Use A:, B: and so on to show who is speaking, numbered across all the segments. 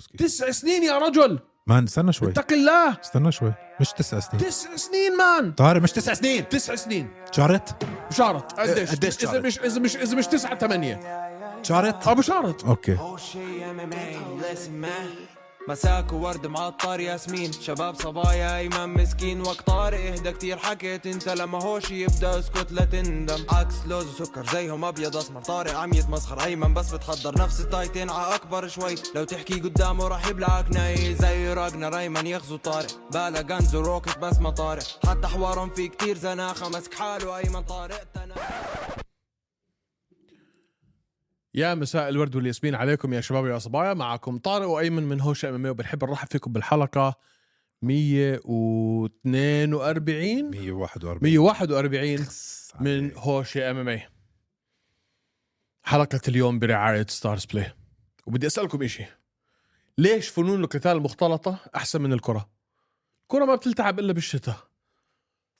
A: مسكين
B: تسع سنين يا رجل
A: مان استنى شوي
B: اتق الله
A: استنى شوي مش تسع سنين
B: تسع سنين مان
A: طارق مش تسع سنين
B: تسع سنين
A: شارت
B: بشارت قديش
A: قديش
B: اذا
A: شارت؟
B: مش اذا مش اذا مش تسعة ثمانية
A: شارت
B: اه بشارت
A: اوكي
C: مساك وورد معطر ياسمين شباب صبايا ايمن مسكين وقت طارق اهدى كتير حكيت انت لما هوش يبدا اسكت لا تندم عكس لوز وسكر زيهم ابيض اسمر طارق عم يتمسخر ايمن بس بتحضر نفس التايتين ع اكبر شوي لو تحكي قدامه راح يبلعك ناي زي راجنر ايمن يغزو طارق بالا غنز وروكت بس ما طارق حتى حوارهم في كتير زناخه مسك حاله ايمن طارق تنا
B: يا مساء الورد والياسمين عليكم يا شباب ويا صبايا معكم طارق وايمن من هوش ام وبنحب نرحب فيكم بالحلقه 142
A: 141
B: 141 من هوش ام ام اي حلقة اليوم برعاية ستارز بلاي وبدي أسألكم إشي ليش فنون القتال المختلطة أحسن من الكرة؟ الكرة ما بتلتعب إلا بالشتاء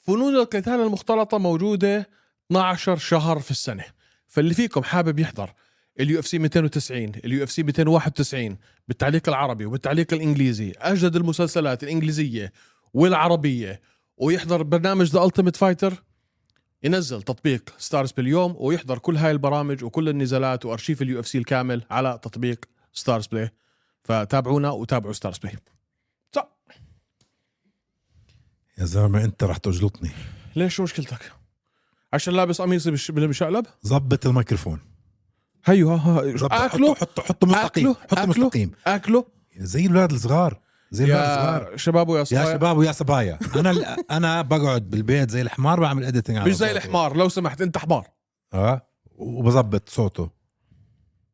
B: فنون القتال المختلطة موجودة 12 شهر في السنة فاللي فيكم حابب يحضر اليو اف سي 290 اليو اف سي 291 بالتعليق العربي وبالتعليق الانجليزي اجدد المسلسلات الانجليزيه والعربيه ويحضر برنامج ذا التيميت فايتر ينزل تطبيق ستارز باليوم ويحضر كل هاي البرامج وكل النزالات وارشيف اليو اف سي الكامل على تطبيق ستارز بلاي فتابعونا وتابعوا ستارز بلاي صح
A: يا زلمه انت رح تجلطني
B: ليش شو مشكلتك عشان لابس قميصي بالش- بالمشقلب
A: ظبط الميكروفون أيوه،
B: هيو ها ها
A: ظبط
B: اكله
A: حطه حطه حطه مستقيم
B: اكله
A: حطه مستقيم
B: اكله
A: زي الولاد الصغار زي الولاد الصغار
B: يا شباب ويا
A: يا
B: صبايا
A: شباب ويا صبايا انا انا بقعد بالبيت زي الحمار بعمل اديتنج على
B: مش زي
A: صوته.
B: الحمار لو سمحت انت حمار
A: اه وبظبط صوته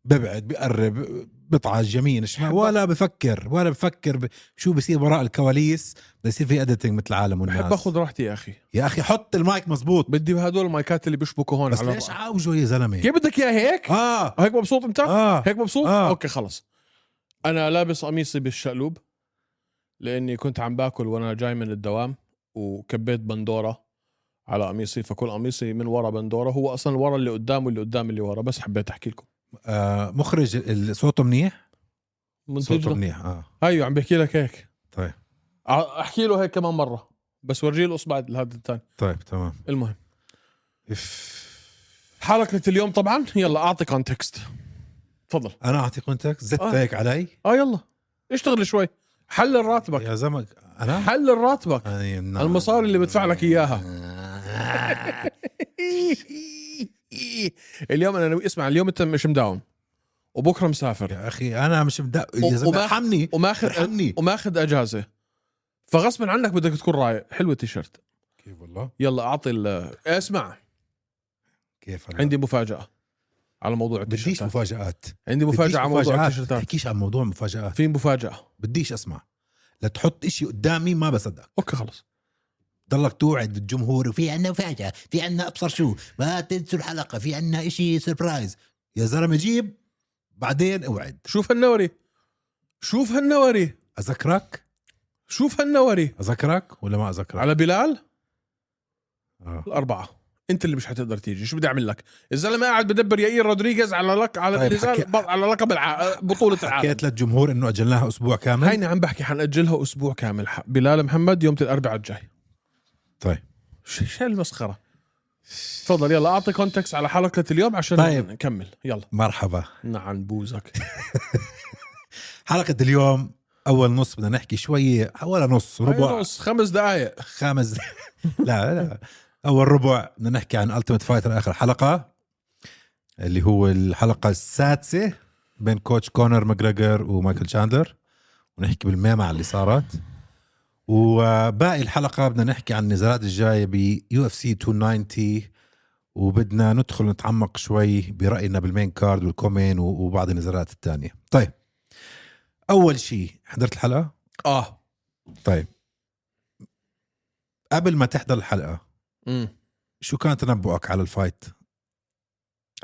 A: ببعد بقرب بطعج يمين شمال ولا بفكر ولا بفكر ب- شو بصير وراء الكواليس بده يصير في اديتنج مثل العالم والناس
B: بحب اخذ راحتي يا اخي
A: يا اخي حط المايك مزبوط
B: بدي هدول المايكات اللي بيشبكوا هون
A: بس
B: على
A: ليش
B: بعض.
A: عاوجه يا زلمه
B: كيف بدك اياه هيك؟
A: اه
B: هيك مبسوط انت؟
A: اه
B: هيك مبسوط؟
A: آه.
B: اوكي خلص انا لابس قميصي بالشقلوب لاني كنت عم باكل وانا جاي من الدوام وكبيت بندوره على قميصي فكل قميصي من ورا بندوره هو اصلا ورا اللي قدام واللي قدام اللي ورا بس حبيت احكي لكم
A: آه، مخرج ال- صوته منيح صوته
B: منتجنا
A: منيح اه
B: ايوه عم بحكي لك هيك
A: طيب.
B: ع- احكي له هيك كمان مره بس ورجيه الاصبع هذا الثاني
A: طيب تمام
B: المهم
A: إف.
B: حلقه اليوم طبعا يلا اعطي كونتكست تفضل
A: انا اعطي كونتاكت زدت
B: آه.
A: هيك علي
B: اه يلا اشتغل شوي حلل راتبك
A: يا زلمه انا
B: حلل راتبك
A: أي نعم.
B: المصاري اللي بدفع لك إياها. اليوم انا ناوي اسمع اليوم انت مش مداوم وبكره مسافر
A: يا اخي انا مش مدق
B: و-
A: يا زلمه
B: وما-
A: ارحمني
B: وماخذ
A: ارحمني
B: وماخذ اجازه فغصبا عنك بدك تكون رايق حلو التيشيرت
A: كيف والله
B: يلا اعطي ال- اسمع
A: كيف هلا؟
B: عندي مفاجاه على موضوع
A: بديش
B: التيشيرتات
A: مفاجات
B: عندي
A: بديش
B: مفاجاه على موضوع
A: مفاجآت.
B: التيشيرتات
A: تحكيش عن موضوع مفاجات
B: في مفاجاه
A: بديش اسمع لتحط إشي قدامي ما بصدق
B: اوكي خلص
A: ضلك توعد الجمهور وفي عنا مفاجاه في عنا ابصر شو ما تنسوا الحلقه في عنا إشي سربرايز يا زلمه جيب بعدين اوعد
B: شوف هالنوري شوف هالنوري
A: اذكرك
B: شوف هالنوري
A: اذكرك ولا ما اذكرك
B: على بلال
A: آه.
B: الأربعة أنت اللي مش حتقدر تيجي شو بدي أعمل لك الزلمة قاعد بدبر يائير رودريغيز على لك على
A: طيب،
B: نزال
A: حكي-
B: بط- على لقب الع... بطولة العالم
A: حكيت للجمهور انه اجلناها اسبوع كامل
B: هينا عم بحكي حنأجلها أسبوع كامل ح- بلال محمد يوم الأربعاء الجاي
A: طيب
B: ش- شو المسخرة تفضل يلا أعطي كونتكست على حلقة اليوم عشان
A: طيب.
B: نكمل يلا
A: مرحبا
B: نعن نعم، بوزك
A: حلقة اليوم أول نص بدنا نحكي شوية ولا نص ربع
B: نص أيوة، خمس دقايق
A: خامس لا لا أول ربع بدنا نحكي عن ألتيميت فايتر آخر حلقة اللي هو الحلقة السادسة بين كوتش كونر ماجريجر ومايكل شاندلر ونحكي بالميمة على اللي صارت وباقي الحلقة بدنا نحكي عن النزالات الجاية بيو اف سي 290 وبدنا ندخل نتعمق شوي برأينا بالمين كارد والكومين و- وبعض النزالات الثانية طيب أول شيء حضرت الحلقة؟
B: آه
A: طيب قبل ما تحضر الحلقة
B: مم.
A: شو كان تنبؤك على الفايت؟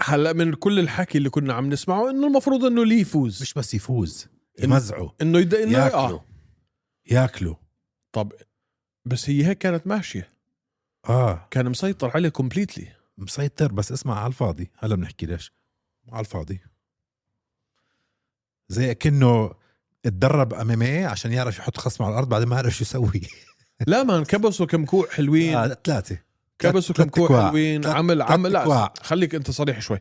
B: هلا من كل الحكي اللي كنا عم نسمعه انه المفروض انه ليه يفوز
A: مش بس يفوز يمزعه
B: انه يد... انه
A: ياكله
B: آه.
A: ياكله
B: طب بس هي هيك كانت ماشيه
A: اه
B: كان مسيطر عليه كومبليتلي
A: مسيطر بس اسمع على الفاضي هلا بنحكي ليش على الفاضي زي كأنه اتدرب ام ام اي عشان يعرف يحط خصمه على الارض بعدين ما عرف شو يسوي
B: لا مان كبسوا كم كوع حلوين
A: آه، ثلاثه
B: كبسوا كم
A: تلات
B: كوع
A: كوع.
B: حلوين
A: تلات-
B: عمل
A: تلات
B: عمل لا
A: كوع.
B: خليك انت صريح شوي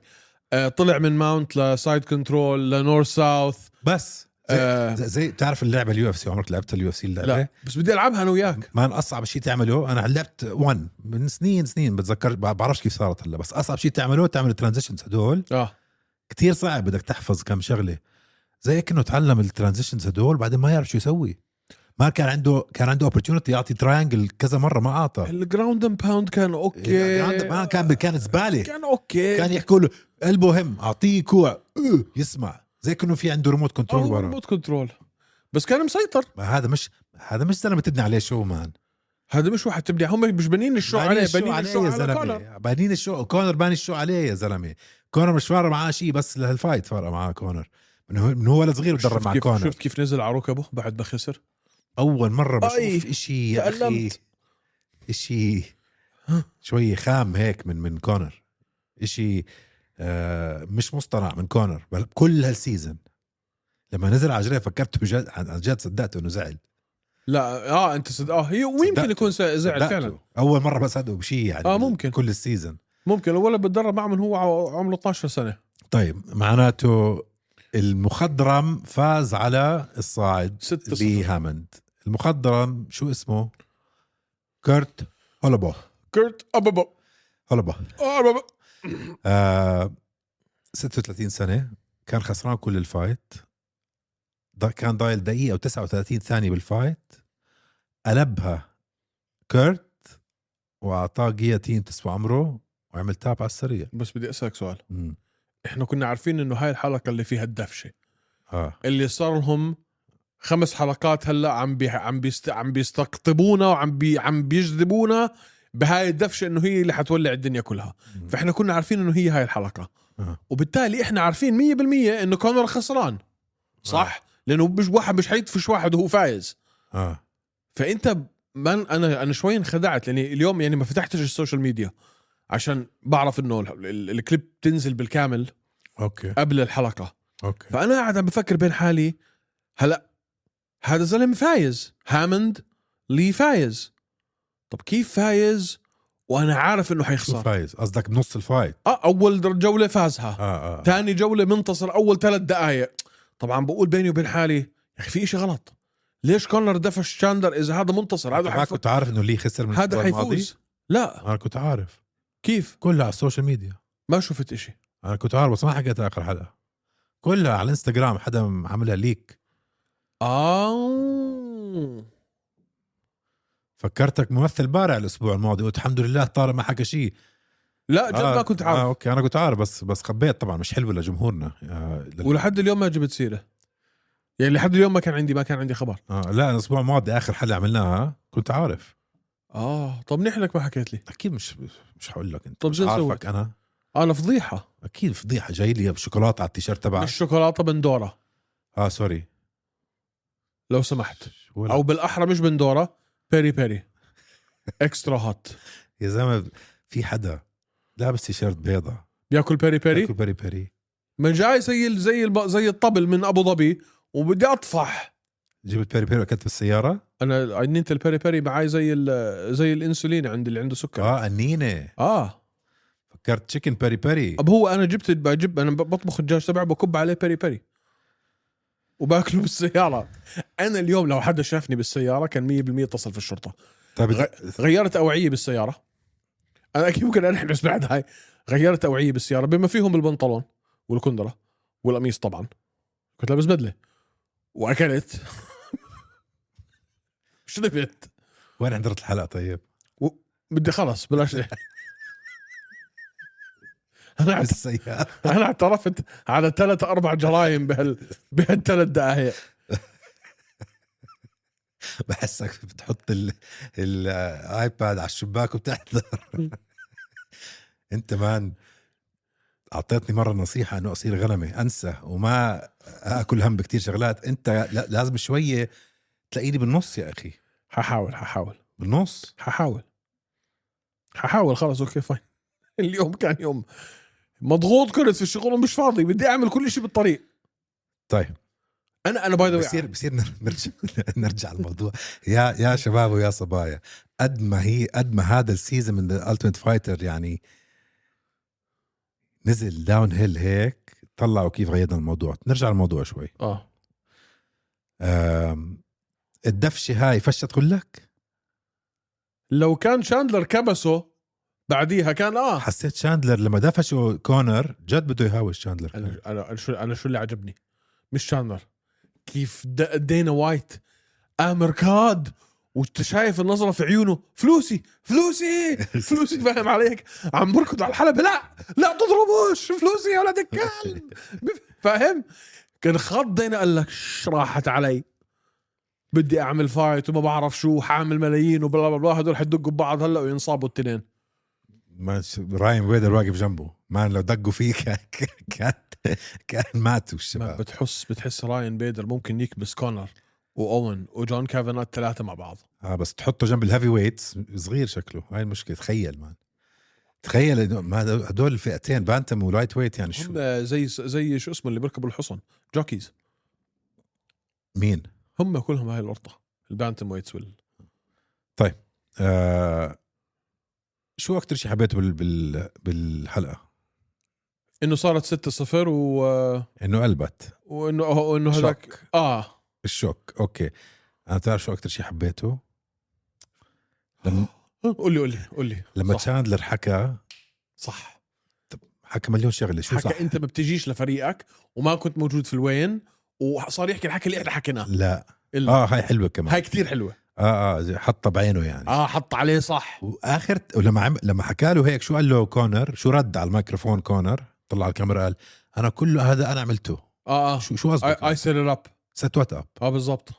B: آه، طلع من ماونت لسايد كنترول لنور ساوث
A: بس زي,
B: آه.
A: آه. زي بتعرف اللعبه اليو اف سي عمرك لعبت اليو اف سي اللعبه؟
B: لا بس بدي العبها انا وياك
A: ما اصعب شيء تعمله انا لعبت 1 من سنين سنين بتذكر ب- بعرفش كيف صارت هلا بس اصعب شيء تعمله تعمل الترانزيشنز هدول
B: اه
A: كتير صعب بدك تحفظ كم شغله زي هيك انه تعلم الترانزيشنز هدول بعدين ما يعرف شو يسوي ما كان عنده كان عنده اوبورتونيتي يعطي تراينجل كذا مره ما اعطى
B: الجراوند اند باوند كان اوكي
A: يعني ما كان كان زباله
B: كان اوكي
A: كان يحكوا له المهم اعطيه كوع أوه، يسمع زي كانه في عنده ريموت كنترول
B: آه، هو
A: ورا
B: ريموت كنترول بس كان مسيطر
A: ما هذا مش هذا مش زلمه تبني عليه شو مان
B: هذا مش واحد تبني هم مش بنين الشو عليه بنين الشو
A: يا
B: على كونر
A: زلمه بنين الشو كونر باني الشو عليه يا زلمه كونر مش فارق معاه شيء بس لهالفايت فارق معاه كونر من هو من هو ولا صغير
B: شفت
A: بدرب مع
B: كيف-
A: كونر
B: شفت كيف نزل على ركبه بعد ما خسر
A: اول مره
B: أي،
A: بشوف شيء يا اخي
B: تألمت.
A: شيء شوي خام هيك من من كونر شيء آه مش مصطنع من كونر بل كل هالسيزون لما نزل على رجليه فكرت بجد عن جد صدقته انه زعل
B: لا اه انت صد... اه هي ويمكن
A: صدقته.
B: يكون س- زعل
A: صدقته.
B: فعلا
A: اول مره بصدقه بشيء يعني
B: آه، ممكن.
A: كل السيزون
B: ممكن الولد بتدرب معه من هو ع- عمره 12 سنه
A: طيب معناته المخضرم فاز على الصاعد
B: 6 0
A: بهامند المخضرم شو اسمه كيرت هولبو
B: كرت ابابا
A: هولبو
B: ابابا
A: آه 36 سنه كان خسران كل الفايت دا- كان ضايل دقيقه و39 ثانيه بالفايت قلبها كيرت واعطاه جياتين تسوى عمره وعمل تاب على السريع
B: بس بدي اسالك سؤال
A: مم.
B: احنا كنا عارفين انه هاي الحلقه اللي فيها الدفشه
A: اه
B: اللي صار لهم خمس حلقات هلا عم بي عم بيست... عم بيستقطبونا وعم بي... عم بيجذبونا بهاي الدفشه انه هي اللي حتولع الدنيا كلها
A: مم.
B: فاحنا كنا عارفين انه هي هاي الحلقه
A: آه.
B: وبالتالي احنا عارفين 100% انه كونر خسران صح لانه مش واحد مش حيدفش واحد وهو فايز
A: اه
B: فانت من انا انا شوي انخدعت لاني اليوم يعني ما فتحتش السوشيال ميديا عشان بعرف انه ال- ال- الكليب تنزل بالكامل
A: اوكي
B: قبل الحلقه
A: اوكي
B: فانا قاعد عم بفكر بين حالي هلا هذا الزلمه فايز هامند لي فايز طب كيف فايز وانا عارف انه
A: شو
B: حيخسر
A: فايز قصدك بنص الفايت
B: اه اول جوله فازها
A: اه اه
B: ثاني جولة منتصر أول ثلاث دقائق طبعا بقول بيني وبين حالي يا أخي في إشي غلط ليش كونر دفش شاندر إذا هذا منتصر هذا
A: ما
B: حيفوز
A: كنت عارف انه ليه خسر من
B: هذا
A: الأسبوع الماضي؟
B: حيفوز لا
A: انا كنت عارف
B: كيف
A: كلها على السوشيال ميديا
B: ما شفت إشي
A: انا كنت عارف بس ما حكيتها اخر حلقه كلها على الانستغرام حدا عملها ليك
B: آه
A: فكرتك ممثل بارع الاسبوع الماضي قلت الحمد لله طارق ما حكى شيء
B: لا جد ما كنت
A: آه
B: عارف
A: اوكي انا كنت عارف بس بس خبيت طبعا مش حلوه لجمهورنا آه لل-
B: ولحد اليوم ما جبت سيرة يعني لحد اليوم ما كان عندي ما كان عندي خبر
A: آه لا أنا الاسبوع الماضي اخر حلقه عملناها كنت عارف
B: آه طب منيح لك ما حكيت لي
A: اكيد مش مش حقول لك انت
B: طب
A: مش
B: شو سويت؟
A: عارفك انا
B: أنا فضيحة
A: اكيد فضيحه جاي لي بشوكولاته على التيشيرت تبعك
B: مش شوكولاتة بندورة
A: اه سوري
B: لو سمحت
A: ولا
B: أو بالأحرى مش بندورة بيري بيري اكسترا هوت
A: يا زلمه في حدا لابس تيشيرت بيضة
B: بياكل بيري بيري
A: بياكل بيري بيري
B: من جاي زي ال- زي الب- زي الطبل من ابو ظبي وبدي اطفح
A: جبت بيري بيري اكلت بالسيارة
B: انا عينيت البيري بيري معاي زي ال- زي الانسولين عند اللي عنده سكر اه,
A: اه قنينة
B: آه.
A: فكرت تشيكن بيري بيري
B: أب هو انا جبت بجيب انا بطبخ الدجاج تبعه بكب عليه بيري بيري وباكله بالسياره انا اليوم لو حدا شافني بالسياره كان 100% اتصل في الشرطه
A: طيب
B: غيرت اوعيه بالسياره انا اكيد ممكن انحبس بعد هاي غيرت اوعيه بالسياره بما فيهم البنطلون والكندره والقميص طبعا كنت لابس بدله واكلت شربت
A: وين حضرت الحلقة طيب؟
B: بدي خلص بلاش احكي. انا اعت-
A: بالسيارة
B: انا اعترفت على ثلاث اربع جرائم بهال بهالثلاث دقائق
A: بحسك بتحط ال- الايباد على الشباك وبتحضر انت مان اعطيتني مره نصيحه انه اصير غنمه انسى وما اكل هم بكتير شغلات انت لا- لازم شويه تلاقيني بالنص يا اخي
B: ححاول ححاول
A: بالنص
B: ححاول ححاول خلص اوكي فاين اليوم كان يوم مضغوط كنت في الشغل ومش فاضي بدي اعمل كل شيء بالطريق
A: طيب
B: انا انا باي ذا
A: بصير بصير نر- نرجع نرجع الموضوع يا يا شباب ويا صبايا قد ما هي قد ما هذا السيزون من الالتيميت فايتر يعني نزل داون هيل هيك طلعوا كيف غيرنا الموضوع نرجع الموضوع شوي
B: اه
A: أم، الدفشه هاي فشت كلك
B: لو كان شاندلر كبسه بعديها كان اه
A: حسيت شاندلر لما دفشوا كونر جد بده يهاوش شاندلر
B: انا انا أنا شو انا شو اللي عجبني مش شاندلر كيف د- دينا وايت امر كاد وانت شايف النظره في عيونه فلوسي فلوسي فلوسي فاهم عليك عم بركض على الحلبة لا لا تضربوش فلوسي يا ولد الكلب فاهم كان خض دينا قال لك "شش، راحت علي بدي اعمل فايت وما بعرف شو حامل ملايين وبلا بلا بلا هدول حيدقوا ببعض هلا وينصابوا التنين
A: ما ش- راين ويدر واقف جنبه مان لو دقوا فيه كان كان, كان ماتوا
B: ما
A: الشباب
B: بتحس بتحس راين بيدر ممكن يكبس كونر واوين وجون كافانا الثلاثه مع بعض
A: اه بس تحطه جنب الهيفي ويت صغير شكله هاي المشكله تخيل مان تخيل إنه- ما هدول- هدول الفئتين بانتم ولايت ويت يعني شو
B: هم زي زي شو اسمه اللي بيركبوا الحصن جوكيز
A: مين
B: هم كلهم هاي الورطه البانتم ويتس وال
A: آه شو اكثر شيء حبيته بال بال بالحلقه
B: انه صارت 6-0 و...
A: انه قلبت
B: وانه وانه هذاك
A: شوك.
B: اه
A: الشوك اوكي انا بتعرف شو اكثر شيء حبيته لما
B: قول لي قول لي قول لي
A: لما
B: آه، صح
A: تشاندلر حكى
B: صح
A: حكى مليون شغله شو صح
B: حكى انت ما بتجيش لفريقك وما كنت موجود في الوين وصار يحكي الحكي اللي احنا حكيناه
A: لا
B: إلا.
A: اه هاي حلوه كمان
B: هاي كثير حلوه
A: اه اه زي- حطها بعينه يعني
B: اه حط عليه صح
A: واخر ولما عم... لما حكى له هيك شو قال له كونر شو رد على الميكروفون كونر طلع على الكاميرا قال انا كله هذا انا عملته
B: اه اه
A: شو شو
B: اي
A: قصدك
B: سيت اب
A: سيت وات اب
B: اه بالضبط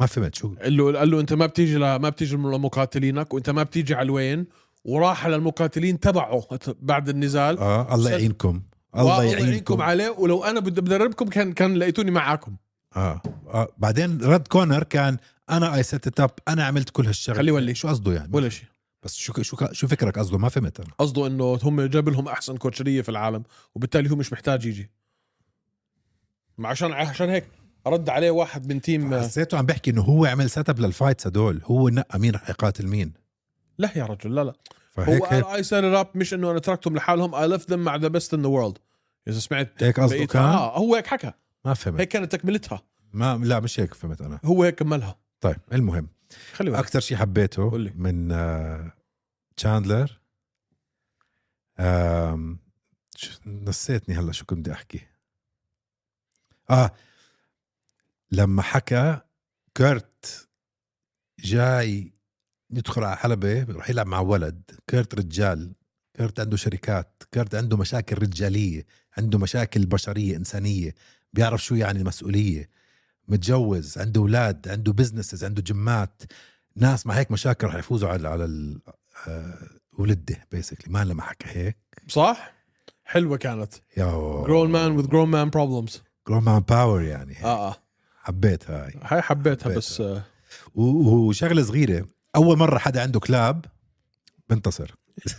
A: ما فهمت شو
B: قال له قال له انت ما بتيجي ل... ما بتيجي لمقاتلينك وانت ما بتيجي على الوين وراح للمقاتلين تبعه بعد النزال
A: اه الله
B: سد-
A: يعينكم
B: والله
A: الله يعينكم
B: عليه ولو انا بدي بدربكم كان كان لقيتوني معاكم
A: آه. اه بعدين رد كونر كان انا اي سيت اب انا عملت كل هالشغله
B: خليه يولي.
A: شو قصده يعني
B: ولا شيء
A: بس شو شو شو فكرك قصده ما فهمت انا
B: قصده انه هم جاب لهم احسن كوتشريه في العالم وبالتالي هو مش محتاج يجي ما عشان عشان هيك رد عليه واحد من آه، تيم
A: حسيته عم بيحكي انه هو عمل سيت اب للفايتس هدول هو نقى مين رح يقاتل مين
B: لا يا رجل لا لا هو
A: فهيك هيك,
B: قال اي سيت اب مش انه انا تركتهم لحالهم اي ليفت ذم مع ذا بيست ان ذا وورلد اذا سمعت
A: هيك قصده
B: بقية-
A: كان
B: اه هو هيك حكى
A: ما فهمت
B: هيك كانت تكملتها
A: ما لا مش هيك فهمت انا
B: هو هيك كملها
A: طيب المهم
B: خلي بالك
A: اكثر شيء حبيته
B: قول لي.
A: من آه، تشاندلر آم، ش- نسيتني هلا شو كنت بدي احكي اه لما حكى كيرت جاي يدخل على حلبة رح يلعب مع ولد كيرت رجال كيرت عنده شركات كيرت عنده مشاكل رجالية عنده مشاكل بشرية إنسانية بيعرف شو يعني المسؤولية متجوز عنده أولاد عنده بزنسز عنده جمات ناس مع هيك مشاكل رح يفوزوا على على ال- آه، ولده بيسكلي ما لما حكى هيك
B: صح حلوه كانت
A: يا
B: جرون مان وذ جرون مان بروبلمز
A: جرون مان باور يعني
B: اه اه
A: حبيت هاي
B: هاي حبيتها
A: حبيتها.
B: بس آه،
A: و- وشغله صغيره اول مره حدا عنده كلاب بنتصر
B: آه،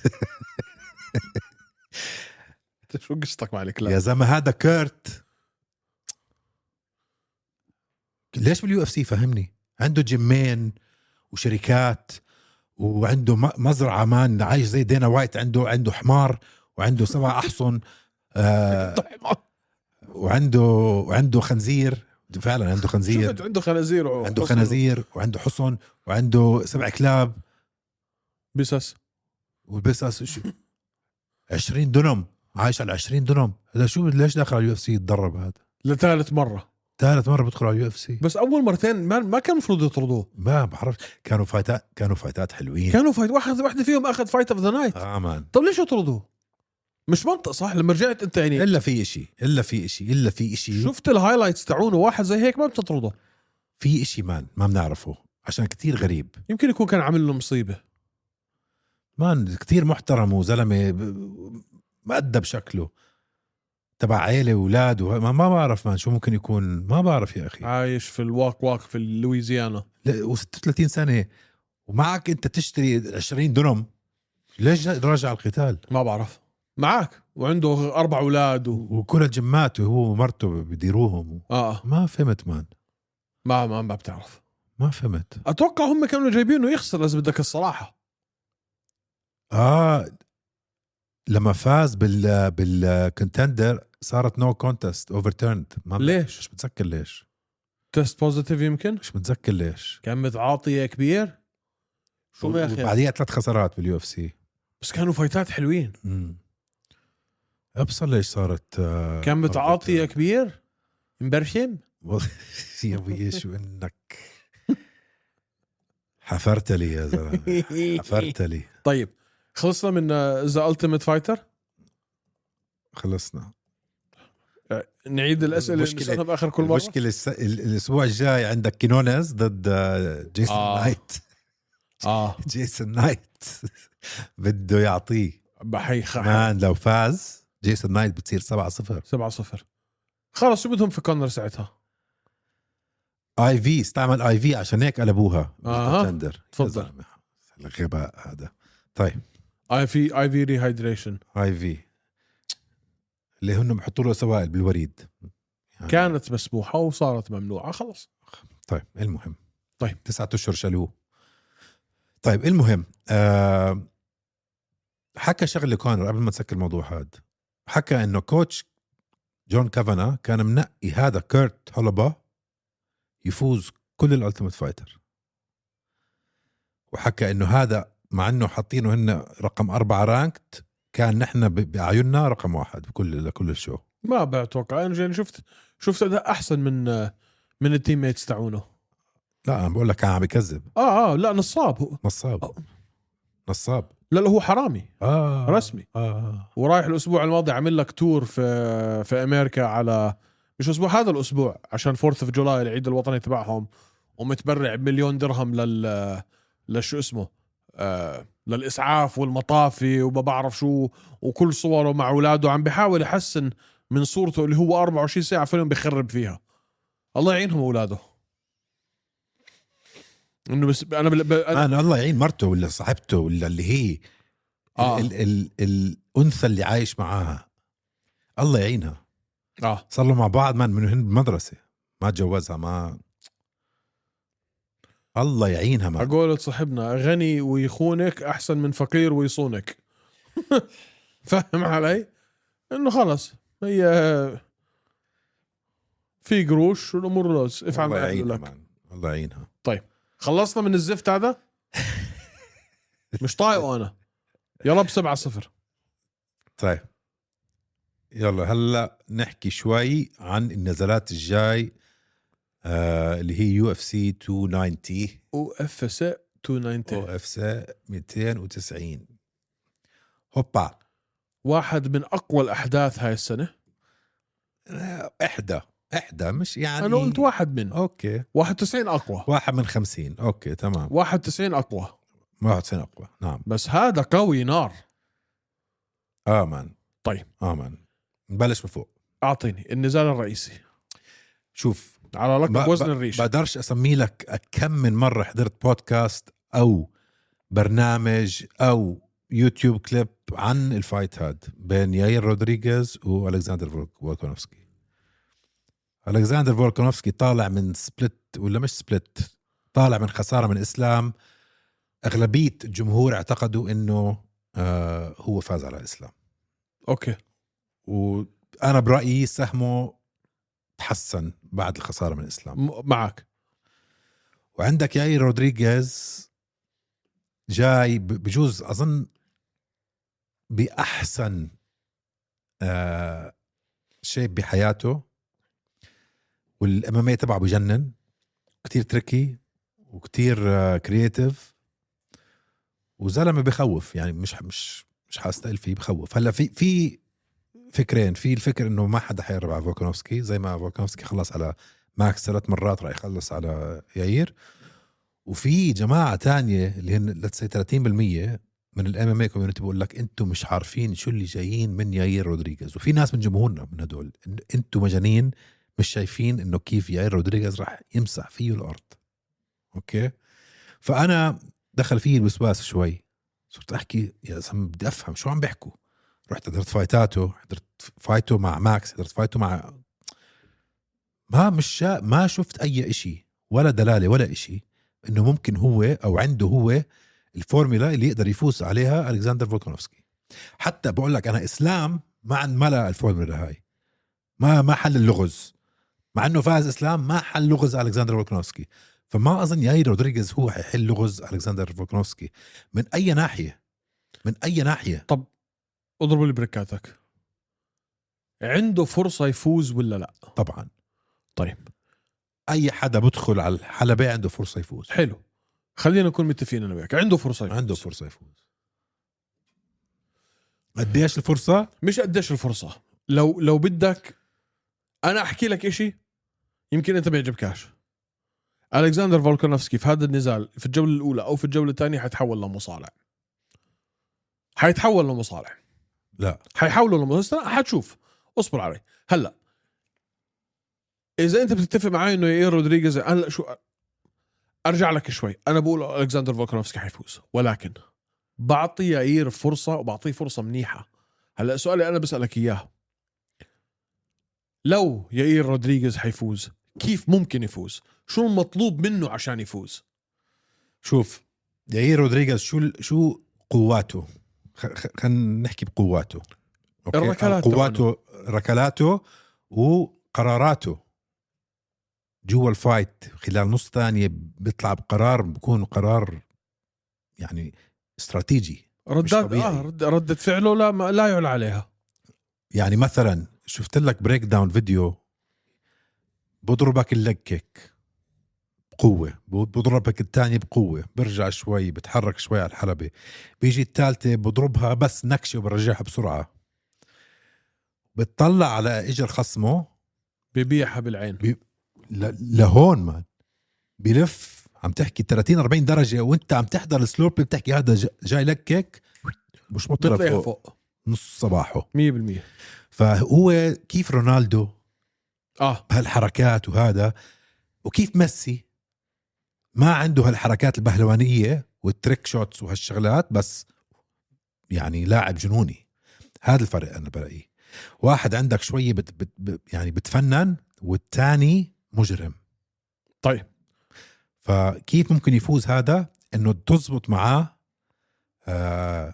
B: شو قصتك مع الكلاب
A: يا زلمه هذا كيرت ليش باليو اف سي فهمني عنده جيمين وشركات وعنده م- مزرعه مان عايش زي دينا وايت عنده عنده حمار وعنده سبع احصن آه
B: طيب،
A: وعنده وعنده خنزير فعلا عنده خنزير
B: شفت عنده خنازير وحصن
A: عنده خنازير وعنده حصن وعنده سبع كلاب
B: بسس
A: والبسس شو 20 دنم عايش على 20 دنم هذا شو ليش دخل على اليو اف سي يتدرب هذا
B: لثالث مره
A: ثالث مره بدخل على اليو اف سي
B: بس اول مرتين ما, ما كان المفروض يطردوه
A: ما بعرف كانوا فايتات كانوا فايتات حلوين
B: كانوا فايت واحد واحده فيهم اخذ فايت اوف ذا نايت
A: اه مان
B: طب طيب، ليش يطردوه مش منطق صح لما رجعت انت يعني
A: الا في إشي الا في إشي الا في إشي
B: شفت الهايلايتس تاعونه واحد زي هيك ما بتطرده
A: في إشي مان ما بنعرفه عشان كتير غريب
B: يمكن يكون كان عامل له مصيبه
A: مان كتير محترم وزلمه ب- ب- مؤدب شكله تبع عيله واولاد وما ما بعرف مان شو ممكن يكون ما بعرف يا اخي
B: عايش في الواك واك في لويزيانا
A: لا، و36 سنه ومعك انت تشتري 20 درهم ليش راجع القتال
B: ما بعرف معك وعنده اربع اولاد و...
A: وكل الجمات وهو ومرته بديروهم
B: اه
A: ما فهمت مان
B: ما ما ما بتعرف
A: ما فهمت
B: اتوقع هم كانوا جايبينه يخسر اذا بدك الصراحه
A: اه لما فاز بال بالكونتندر صارت نو كونتست اوفرتيرند ما بعرف.
B: ليش؟
A: مش متذكر ليش
B: تيست بوزيتيف يمكن
A: مش متذكر ليش
B: كان متعاطي كبير شو ما يا اخي
A: بعديها ثلاث خسارات باليو اف سي
B: بس كانوا فايتات حلوين
A: ابصر ليش صارت آه،
B: كان متعاطي
A: overturned.
B: كبير مبرشم
A: والله يا ابوي شو انك حفرت لي يا زلمه حفرت لي
B: طيب خلصنا من آه، ذا التيميت فايتر
A: خلصنا
B: نعيد الاسئله اللي
A: المشكلة-
B: نسالها باخر كل
A: كل
B: مره
A: المشكله الس... ال- الاسبوع الجاي عندك كينونز ضد آه، جيسون
B: آه.
A: نايت
B: اه
A: جيسون نايت بده يعطيه
B: بحيخ
A: مان لو فاز جيسون نايت بتصير 7 0
B: 7 0 خلص شو بدهم في كونر ساعتها
A: اي في استعمل اي في عشان هيك قلبوها
B: آها.
A: بالتندر. يا
B: تفضل.
A: زلمة. الغباء هذا طيب
B: اي في اي في ريهايدريشن
A: اي في اللي هن بحطوا له سوائل بالوريد يعني
B: كانت مسموحه وصارت ممنوعه خلص
A: طيب المهم
B: طيب.
A: تسعة اشهر شالوه طيب المهم آه حكى شغله كونر قبل ما تسكر الموضوع هذا حكى انه كوتش جون كافانا كان منقي هذا كيرت هولبا يفوز كل الالتيميت فايتر وحكى انه هذا مع انه حاطينه هن رقم أربعة رانكت كان نحن ب- باعيننا رقم واحد بكل لكل الشو
B: ما بتوقع انا جاي شفت شفت اداء احسن من من التيم ميتس تاعونه
A: لا انا بقول لك كان عم بكذب
B: اه اه لا نصاب هو
A: نصاب نصاب
B: لا لا هو حرامي
A: اه
B: رسمي
A: اه
B: ورايح الاسبوع الماضي عامل لك تور في في امريكا على مش اسبوع هذا الاسبوع عشان 4 اوف جولاي العيد الوطني تبعهم ومتبرع بمليون درهم لل لشو اسمه آه للاسعاف والمطافي وما بعرف شو وكل صوره مع اولاده عم بحاول يحسن من صورته اللي هو 24 ساعه في اليوم بخرب فيها الله يعينهم اولاده انه بس انا بل... بل... أنا...
A: انا آه، الله يعين مرته ولا صاحبته ولا اللي هي آه.
B: آه.
A: ال ال ال الانثى اللي عايش معاها الله يعينها
B: اه
A: صاروا مع بعض من من هن بمدرسه ما تجوزها ما الله يعينها ما
B: عقولة صاحبنا غني ويخونك أحسن من فقير ويصونك فاهم علي؟ إنه خلص هي في قروش والأمور روز افعل
A: الله
B: ما أحلو
A: يعينها
B: لك
A: مان. الله يعينها
B: خلصنا من الزفت هذا؟ مش طايقه أنا يا رب سبعة صفر
A: طيب يلا هلا نحكي شوي عن النزلات الجاي آه اللي هي يو اف سي 290
B: او اف اس
A: او
B: 290
A: اف سي 290 هوبا
B: واحد من أقوى الأحداث هاي السنة
A: احدى احدى مش يعني
B: أنا قلت واحد من
A: اوكي
B: 91 أقوى
A: واحد من خمسين اوكي تمام
B: 91 أقوى
A: واحد سنة اقوى نعم
B: بس هذا قوي نار
A: امان
B: طيب.
A: امان نبلش من فوق
B: أعطيني النزال الرئيسي
A: شوف
B: على
A: ما-
B: لقب وزن
A: ب-
B: الريش
A: بقدرش اسمي لك كم من مرة حضرت بودكاست او برنامج او يوتيوب كليب عن الفايت هاد بين ياير رودريغيز والكساندر فول- فولكانوفسكي الكساندر فولكانوفسكي طالع من سبلت ولا مش سبلت طالع من خساره من اسلام اغلبيه الجمهور اعتقدوا انه آه هو فاز على اسلام
B: اوكي
A: وانا برايي سهمه تحسن بعد الخساره من اسلام
B: م- معك
A: وعندك ياي رودريغيز جاي ب- بجوز اظن باحسن آه شيب بحياته والام تبعه بجنن كتير تركي وكتير آه كرييتيف وزلمه بخوف يعني مش مش مش حاستقل فيه بخوف هلا في في فكرين في الفكر انه ما حدا حيقرب على فولكانوفسكي زي ما فولكانوفسكي خلص على ماكس ثلاث مرات راح يخلص على ياير وفي جماعه تانية اللي هن let's say 30% من الام ام اي كوميونتي بقول لك انتم مش عارفين شو اللي جايين من ياير رودريغيز وفي ناس من جمهورنا من هدول إن- انتم مجانين مش شايفين انه كيف ياير رودريغيز راح يمسح فيه الارض اوكي فانا دخل فيه الوسواس شوي صرت احكي يا زلمه بدي افهم شو عم بيحكوا رحت حضرت فايتاته حضرت فايته مع ماكس حضرت فايته مع ما مش شا... ما شفت اي إشي ولا دلاله ولا إشي انه ممكن هو او عنده هو الفورميلا اللي يقدر يفوز عليها الكسندر فولكانوفسكي حتى بقول لك انا اسلام ما عن ملا الفورميلا هاي ما ما حل اللغز مع انه فاز اسلام ما حل لغز الكسندر فولكانوفسكي فما اظن ياي رودريغيز هو حيحل لغز الكسندر فولكانوفسكي من اي ناحيه من اي ناحيه
B: اضرب لي بركاتك عنده فرصه يفوز ولا لا
A: طبعا
B: طيب
A: اي حدا بدخل على الحلبه عنده فرصه يفوز
B: حلو خلينا نكون متفقين انا وياك عنده فرصه يفوز.
A: عنده فرصه يفوز قديش الفرصه
B: مش قديش الفرصه لو لو بدك انا احكي لك إشي يمكن انت ما يعجبكاش الكسندر فولكانوفسكي في هذا النزال في الجوله الاولى او في الجوله الثانيه حيتحول لمصارع حيتحول لمصارع
A: لا
B: حيحاولوا لمصارع حتشوف اصبر علي هلا اذا انت بتتفق معي انه يائير رودريغيز هلا شو ارجع لك شوي انا بقول الكسندر فولكانوفسكي حيفوز ولكن بعطي يائير فرصه وبعطيه فرصه منيحه هلا سؤالي انا بسالك اياه لو يائير رودريغيز حيفوز كيف ممكن يفوز شو المطلوب منه عشان يفوز شوف
A: ياير رودريغيز شو ال- شو قواته خ- خ- خلينا نحكي بقواته أوكي؟
B: الركلات
A: قواته ركلاته وقراراته جوا الفايت خلال نص ثانيه بيطلع بقرار بكون قرار يعني استراتيجي
B: ردات
A: طبيعي.
B: آه رد ردة فعله لا ما لا يعلى عليها
A: يعني مثلا شفت لك بريك داون فيديو بضربك اللج كيك بقوة بضربك الثانية بقوة برجع شوي بتحرك شوي على الحلبة بيجي الثالثة بضربها بس نكشة وبرجعها بسرعة بتطلع على اجر خصمه
B: ببيعها بالعين
A: ل- لهون مان بلف عم تحكي 30 40 درجة وانت عم تحضر السلورب بتحكي هذا ج- جاي لك كيك مش مطلع
B: بتطيح
A: فوق
B: فوق
A: نص صباحه
B: 100%
A: فهو كيف رونالدو
B: اه
A: بهالحركات وهذا وكيف ميسي ما عنده هالحركات البهلوانيه والتريك شوتس وهالشغلات بس يعني لاعب جنوني هذا الفرق انا برايي واحد عندك شويه بت بت بت يعني بتفنن والتاني مجرم
B: طيب
A: فكيف ممكن يفوز هذا انه تزبط معاه آه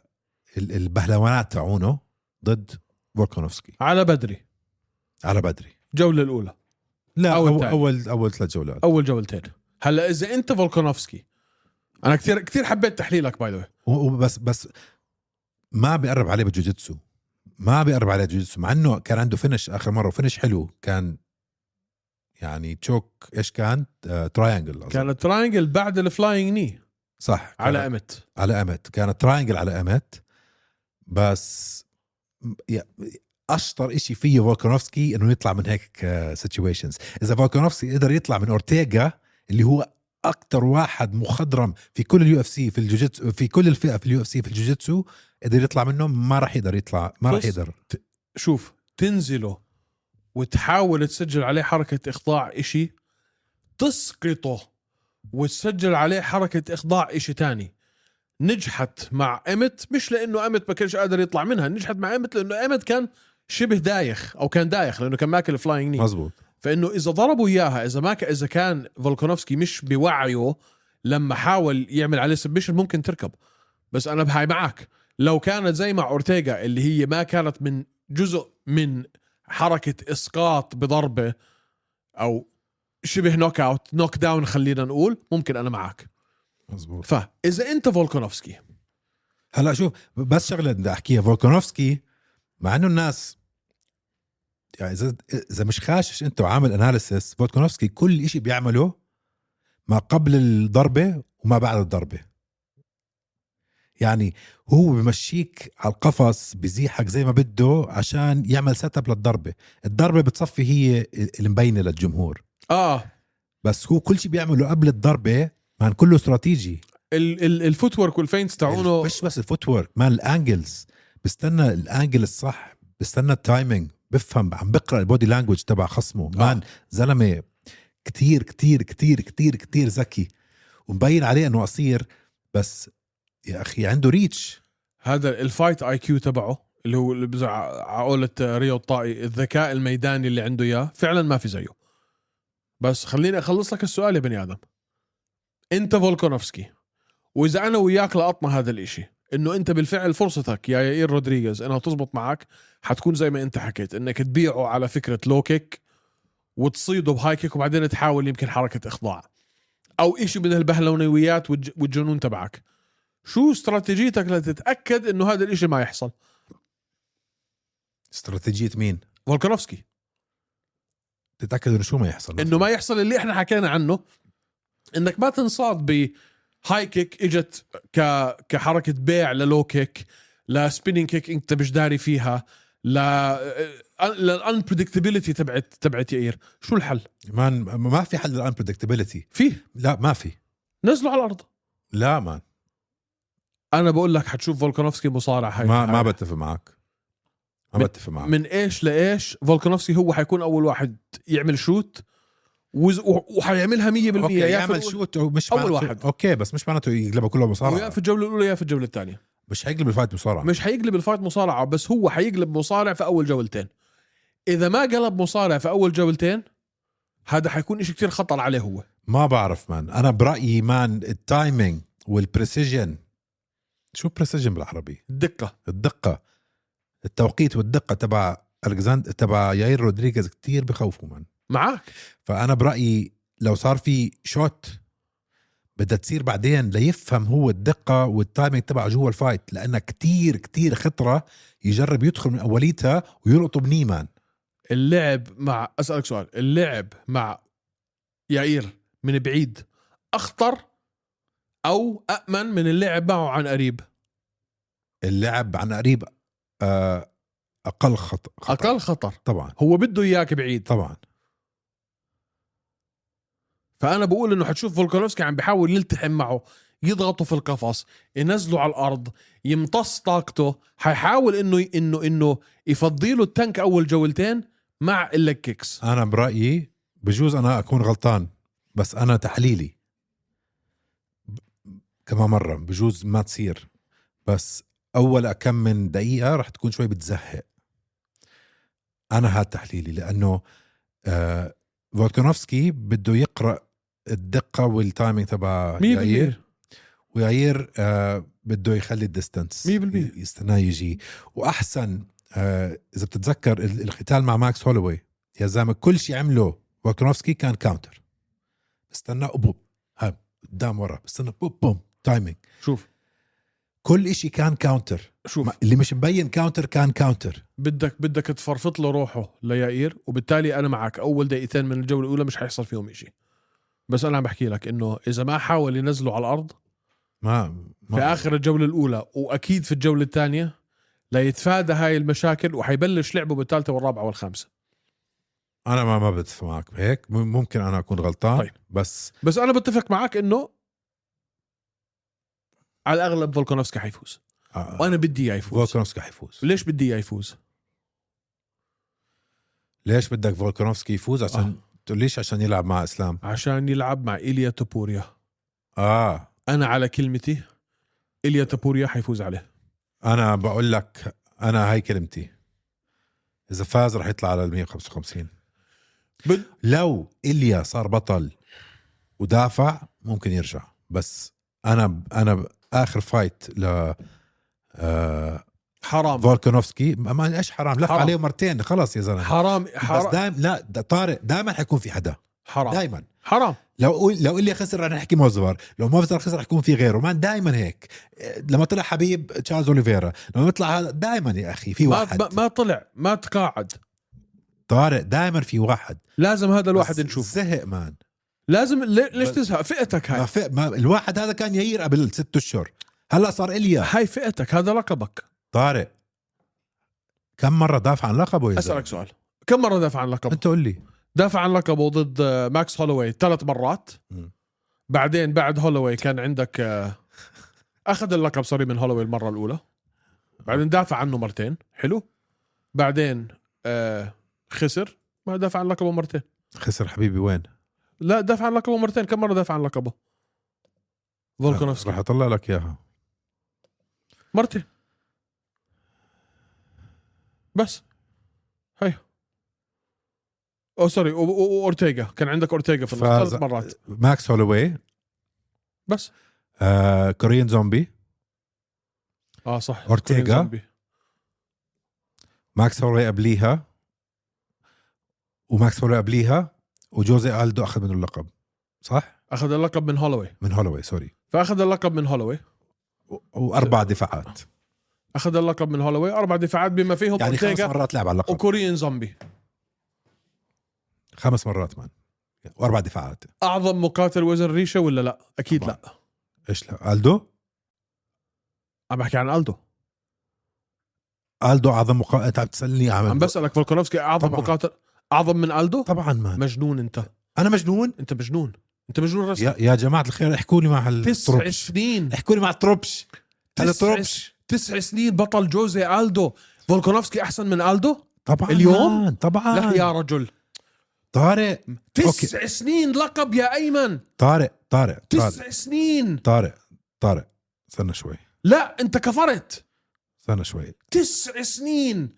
A: ال- البهلوانات تاعونه ضد فولكانوفسكي
B: على بدري
A: على بدري
B: الجوله الاولى
A: لا
B: أول
A: اول
B: تاني.
A: اول, أول ثلاث جولات
B: اول جولتين هلا اذا انت فولكانوفسكي انا كثير كثير حبيت تحليلك باي ذا
A: و- وبس بس ما بيقرب عليه بالجوجيتسو ما بيقرب عليه جوجيتسو مع انه كان عنده فينش اخر مره وفينش حلو كان يعني تشوك ايش كان؟ آه، تراينجل أظن.
B: كان التراينجل بعد الفلاينج ني
A: صح كان
B: على امت
A: على امت كان تراينجل على امت بس م- يا- اشطر إشي فيه فولكانوفسكي انه يطلع من هيك سيتويشنز اذا فولكانوفسكي قدر يطلع من اورتيغا اللي هو اكثر واحد مخضرم في كل اليو اف سي في الجوجيتسو في كل الفئه في اليو اف سي في الجوجيتسو قدر يطلع منه ما راح يقدر يطلع ما راح
B: بس
A: يقدر
B: شوف تنزله وتحاول تسجل عليه حركه اخضاع إشي تسقطه وتسجل عليه حركه اخضاع إشي تاني نجحت مع امت مش لانه امت ما كانش قادر يطلع منها نجحت مع امت لانه امت كان شبه دايخ او كان دايخ لانه كان ماكل فلاينج ني
A: مزبوط
B: فانه اذا ضربوا اياها اذا ما ك... اذا كان فولكانوفسكي مش بوعيه لما حاول يعمل عليه سبشن ممكن تركب بس انا بهاي معك لو كانت زي مع اورتيغا اللي هي ما كانت من جزء من حركه اسقاط بضربه او شبه نوك اوت نوك داون خلينا نقول ممكن انا معك
A: مزبوط
B: فاذا انت فولكانوفسكي
A: هلا شوف بس شغله بدي احكيها فولكانوفسكي مع انه الناس يعني اذا اذا مش خاشش انت وعامل اناليسيس فولكانوفسكي كل إشي بيعمله ما قبل الضربه وما بعد الضربه يعني هو بمشيك على القفص بزيحك زي ما بده عشان يعمل سيت اب للضربه الضربه بتصفي هي المبينه للجمهور
B: اه
A: بس هو كل شيء بيعمله قبل الضربه مان كله استراتيجي
B: ال- ال- الفوتورك والفينتس تاعونه
A: مش بس الفوت ورك مان الانجلز بستنى الانجل الصح بستنى التايمينج بفهم عم بقرا البودي لانجوج تبع
B: آه.
A: خصمه مان زلمه كتير كتير كتير كتير كتير ذكي ومبين عليه انه قصير بس يا اخي عنده ريتش
B: هذا الفايت اي كيو تبعه اللي هو اللي بزع عقولة ريو الطائي الذكاء الميداني اللي عنده اياه فعلا ما في زيه بس خليني اخلص لك السؤال يا بني ادم انت فولكونوفسكي واذا انا وياك لقطنا هذا الاشي انه انت بالفعل فرصتك يا يائير رودريغيز انها تزبط معك حتكون زي ما انت حكيت انك تبيعه على فكره لو كيك وتصيده بهاي كيك وبعدين تحاول يمكن حركه اخضاع او إشي من البهلونيويات والج- والجنون تبعك شو استراتيجيتك لتتاكد انه هذا الإشي ما يحصل
A: استراتيجيه مين؟
B: فولكانوفسكي
A: تتاكد انه شو ما يحصل
B: انه ما يحصل اللي احنا حكينا عنه انك ما تنصاد ب هاي كيك اجت ك كحركه بيع للو كيك لسبيننج كيك انت مش داري فيها آه، ل للانبريدكتبيلتي تبعت تبعت يائير شو الحل؟
A: مان ما في حل للانبريدكتبلتي
B: فيه
A: لا ما في
B: نزله على الارض
A: لا مان
B: انا بقول لك حتشوف فولكانوفسكي مصارع هاي
A: ما ما
B: الحلقة.
A: بتفق معك ما
B: من-
A: بتفق معك
B: من ايش لايش فولكانوفسكي هو حيكون اول واحد يعمل شوت وز- وح- وحيعملها 100%
A: اوكي
B: يا في
A: يعمل
B: الأول-
A: شوت مش
B: أول
A: معناته-
B: واحد.
A: اوكي بس مش معناته يقلبها كلها
B: ويا
A: مصارعه
B: في الجوله الاولى يا في الجوله الثانيه
A: مش حيقلب الفايت مصارعه
B: مش حيقلب الفايت مصارعه بس هو حيقلب مصارع في اول جولتين اذا ما قلب مصارع في اول جولتين هذا حيكون إشي كتير خطر عليه هو
A: ما بعرف مان انا برايي مان التايمينج والبريسيجن شو بريسيجن بالعربي
B: الدقه
A: الدقه التوقيت والدقه تبع الكساند تبع ياير رودريغيز كتير بخوفوا مان
B: معك
A: فانا برايي لو صار في شوت بدها تصير بعدين ليفهم هو الدقه والتايمينج تبعه جوا الفايت لانها كتير كتير خطره يجرب يدخل من اوليتها ويلقطه بنيمان
B: اللعب مع اسالك سؤال اللعب مع يائير من بعيد اخطر او امن من اللعب معه عن قريب
A: اللعب عن قريب آه، اقل خطر, خطر.
B: اقل خطر
A: طبعا
B: هو بده اياك بعيد
A: طبعا
B: فانا بقول انه حتشوف فولكانوفسكي عم بحاول يلتحم معه يضغطه في القفص ينزله على الارض يمتص طاقته حيحاول انه انه انه يفضي له التنك اول جولتين مع الليج كيكس
A: انا برايي بجوز انا اكون غلطان بس انا تحليلي ب- كمان مره بجوز ما تصير بس اول كم من دقيقه رح تكون شوي بتزهق انا هاد تحليلي لانه آه فولكانوفسكي بده يقرا الدقه والتايمينج تبع
B: مية
A: يائير
B: بالمية.
A: ويعير آه بده يخلي الديستنس
B: مية بالمية.
A: يستناه يجي واحسن آه اذا بتتذكر ال- القتال مع ماكس هولوي يا زلمه كل شيء عمله وكنوفسكي كان كاونتر استنى بوب ها قدام ورا استنى بوب بوم تايمينج
B: شوف
A: كل شيء كان كاونتر
B: شوف
A: ما- اللي مش مبين كاونتر كان كاونتر
B: بدك بدك تفرفط له روحه ليائير وبالتالي انا معك اول دقيقتين من الجوله الاولى مش حيحصل فيهم إشي بس انا عم بحكي لك انه اذا ما حاول ينزله على الارض
A: ما, ما
B: في اخر الجوله الاولى واكيد في الجوله الثانيه ليتفادى هاي المشاكل وحيبلش لعبه بالثالثه والرابعه والخامسه
A: انا ما ما بتفق معك بهيك مم- ممكن انا اكون غلطان
B: طيب.
A: طيب. بس
B: بس انا بتفق معك انه على الاغلب فولكانوفسكي حيفوز
A: آه
B: وانا بدي اياه يفوز
A: فولكانوفسكي حيفوز
B: ليش بدي اياه يفوز
A: ليش بدك فولكانوفسكي يفوز عشان
B: آه.
A: آه. تقوليش عشان يلعب مع اسلام
B: عشان يلعب مع ايليا توبوريا
A: اه
B: انا على كلمتي ايليا توبوريا حيفوز عليه
A: انا بقول لك انا هاي كلمتي اذا فاز رح يطلع على ال 155
B: بد...
A: لو اليا صار بطل ودافع ممكن يرجع بس انا انا اخر فايت ل آه
B: حرام
A: فولكانوفسكي ما- ما ايش حرام لف
B: حرام.
A: عليه مرتين خلص يا زلمه
B: حرام
A: آه. بس
B: حرام
A: دايم لا دا طارق دائما حيكون في حدا
B: حرام
A: دائما
B: حرام
A: لو لو اليا خسر رح نحكي موزفر لو موزفر خسر رح يكون في غيره ما دائما هيك لما طلع حبيب تشارلز اوليفيرا لما بيطلع هذا دائما يا اخي في
B: ما,
A: واحد
B: ما- ما طلع ما تقاعد
A: طارق دائما في واحد
B: لازم هذا الواحد
A: بس
B: نشوفه
A: زهق مان
B: لازم لي- ليش
A: بس-
B: تزهق فئتك
A: ما
B: هاي
A: في ما الواحد هذا كان يهير قبل ست اشهر هلا صار اليا
B: هاي فئتك هذا لقبك
A: طارق كم مره دافع عن لقبه يا زلمه
B: اسالك سؤال كم مره دافع عن لقب
A: انت قول لي
B: دافع عن لقبه ضد آه، ماكس هولوي ثلاث مرات
A: م.
B: بعدين بعد هولوي كان عندك آه، اخذ اللقب سوري من هولوي المره الاولى بعدين دافع عنه مرتين حلو بعدين آه، خسر ما دافع عن لقبه مرتين
A: خسر حبيبي وين
B: لا دافع عن لقبه مرتين كم مره دافع عن لقبه فولكانوفسكي
A: رح اطلع لك اياها
B: مرتين بس هي او سوري و- و- واورتيغا كان عندك اورتيغا في النص
A: فاز-
B: ثلاث مرات
A: ماكس هولوي
B: بس
A: آه كوريين زومبي
B: اه صح
A: أورتيغا.
B: كورين زومبي.
A: ماكس هولوي قبليها وماكس هولوي قبليها وجوزي الدو اخذ منه اللقب صح؟
B: اخذ اللقب من هولوي
A: من هولوي سوري
B: فاخذ اللقب من هولوي
A: و- واربع دفاعات
B: اخذ اللقب من هولوي اربع دفاعات بما فيهم
A: يعني خمس
B: اورتيغا
A: مرات لعب على اللقب
B: وكوريين زومبي
A: خمس مرات مان واربع دفاعات
B: اعظم مقاتل وزن ريشه ولا لا اكيد
A: طبعاً.
B: لا
A: ايش لا الدو
B: عم بحكي عن الدو
A: الدو اعظم مقا... انت عم تسالني عن
B: عم بسالك فولكانوفسكي اعظم
A: طبعاً.
B: مقاتل اعظم من الدو
A: طبعا مان
B: مجنون انت
A: انا مجنون
B: انت مجنون انت مجنون رسمي
A: يا, يا جماعه الخير احكوا لي مع
B: تسع
A: التروبش
B: سنين
A: احكوا لي مع التروبش هذا
B: تسع,
A: تروبش
B: تسع سنين بطل جوزي الدو فولكانوفسكي احسن من الدو
A: طبعا
B: اليوم؟
A: مان، طبعا
B: لا يا رجل
A: طارق
B: تسع سنين لقب يا ايمن
A: طارق طارق طارق
B: تسع سنين
A: طارق طارق استنى شوي
B: لا انت كفرت
A: استنى شوي
B: تسع سنين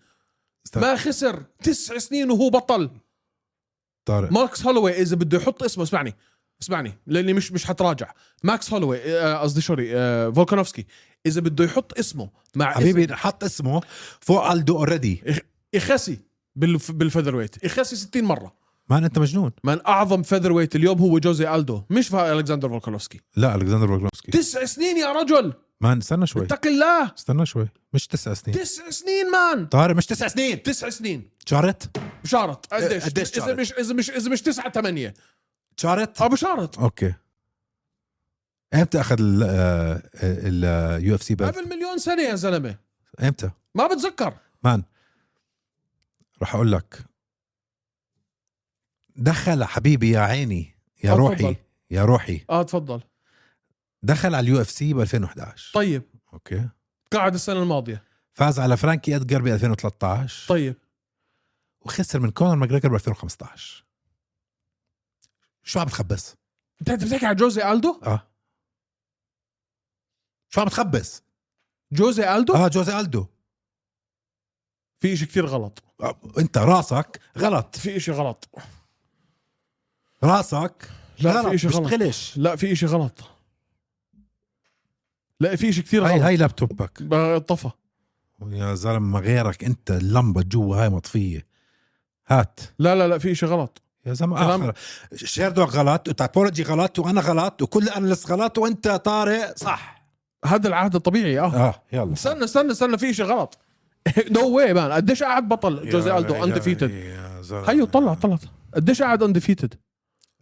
A: استنى
B: ما خسر تسع سنين وهو بطل
A: طارق
B: ماركس هولوي اذا بده يحط اسمه اسمعني اسمعني لاني مش مش حتراجع ماكس هولوي آه، قصدي سوري آه، فولكانوفسكي اذا بده يحط اسمه مع اسم
A: حبيبي حط اسمه فوق الدو اوريدي
B: يخسي بالف- بالفيذر ويت يخسي 60 مره
A: مان انت مجنون
B: من اعظم فيذر ويت اليوم هو جوزي الدو مش فا- الكسندر فولكانوفسكي
A: لا الكسندر بوغلوفسكي
B: تسع سنين يا رجل
A: مان استنى شوي
B: اتق الله
A: استنى شوي مش تسع سنين
B: تسع سنين مان
A: طارق مش تسع سنين
B: تسع سنين
A: شارت
B: بشارت قديش
A: قديش
B: اذا
A: شارت؟
B: مش اذا مش اذا مش تسعة ثمانية
A: شارت
B: اه بشارت
A: اوكي امتى اخذ آه، ال يو اف سي
B: قبل مليون سنة يا زلمة
A: امتى
B: ما بتذكر
A: مان راح اقول لك دخل حبيبي يا عيني يا
B: آه،
A: روحي
B: تفضل.
A: يا روحي
B: اه تفضل
A: دخل على اليو اف سي ب 2011
B: طيب
A: اوكي
B: قاعد السنة الماضية
A: فاز على فرانكي ادجر ب 2013
B: طيب
A: وخسر من كونر ماجريجر ب 2015 شو عم تخبص؟
B: انت أنت بتحكي على جوزي الدو
A: اه شو عم تخبص؟
B: جوزي الدو
A: اه جوزي الدو
B: آه. في اشي كثير غلط
A: آه، انت راسك غلط
B: في اشي غلط
A: راسك
B: لا في
A: غلط
B: اشي غلط
A: بشتغلش
B: لا في اشي غلط لا في اشي كثير
A: هاي
B: غلط
A: هاي لابتوبك
B: بقى طفى
A: يا زلمه ما غيرك انت اللمبه جوا هاي مطفيه هات
B: لا لا لا في اشي غلط
A: يا زلمه
B: كلام-
A: اخر شيردوغ غلط وتابولوجي غلط وانا غلط وكل اناليست غلط وانت طارق صح
B: هذا العهد الطبيعي اه
A: اه يلا
B: استنى استنى استنى في شيء غلط نو واي مان قديش قاعد بطل جوزي الدو انديفيتد
A: اندفيتد
B: هيو طلع طلع قديش قاعد انديفيتد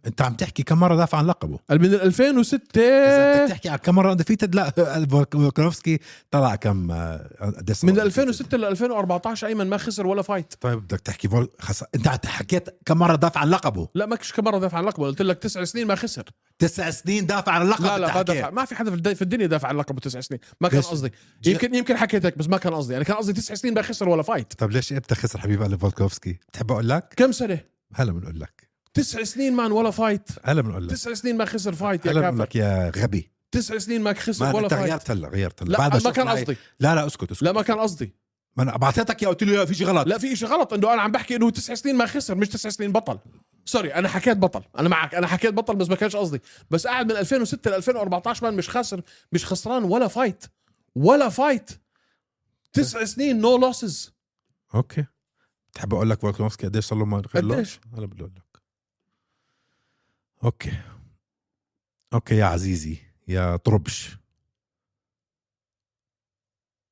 A: انت عم تحكي كم مره دافع عن لقبه
B: من 2006
A: اذا انت بتحكي على كم مره اندفيتد لا فولكانوفسكي طلع كم آه، قد إيش
B: من
A: مرة
B: 2006 ل 2014 ايمن ما خسر ولا فايت
A: طيب بدك تحكي فول... خس... انت عم حكيت كم مره دافع عن لقبه
B: لا ما كش مره دافع عن لقبه قلت لك تسع سنين ما خسر
A: تسع سنين دافع عن اللقب
B: لا
A: أنت
B: لا ما
A: حكيت.
B: دافع ما في حدا في الد- في الدنيا دافع عن لقبه تسع سنين ما كان
A: ليش؟
B: قصدي
A: جي-
B: يمكن يمكن حكيت هيك بس ما كان قصدي انا كان قصدي تسع سنين ما خسر ولا فايت
A: طب طيب، ليش امتى خسر حبيب قلب فولكانوفسكي بتحب اقول لك
B: كم سنه
A: هلا بنقول لك
B: تسع سنين مان ولا فايت
A: هلا بنقول لك
B: تسع سنين ما خسر فايت يا
A: هلا بنقول
B: كافر
A: لك يا غبي
B: تسع سنين ما خسر
A: ما
B: ولا
A: انت
B: فايت
A: غيرت هلا غيرت هلا
B: لا
A: بعد
B: ما كان
A: شفنا هاي-
B: قصدي
A: لا لا اسكت اسكت
B: لا ما كان قصدي
A: ما انا بعطيتك يا قلت لي لا في شيء غلط
B: لا في شيء غلط انه انا عم بحكي انه تسع سنين ما خسر مش تسع سنين بطل سوري انا حكيت بطل انا معك انا حكيت بطل بس ما كانش قصدي بس قاعد من 2006 ل 2014 مان مش خاسر مش خسران ولا فايت ولا فايت تسع سنين نو لوسز
A: اوكي بتحب اقول لك فولكانوفسكي قديش صار له ما خلوش؟
B: قديش؟
A: هلا بدي اقول لك اوكي اوكي يا عزيزي يا طربش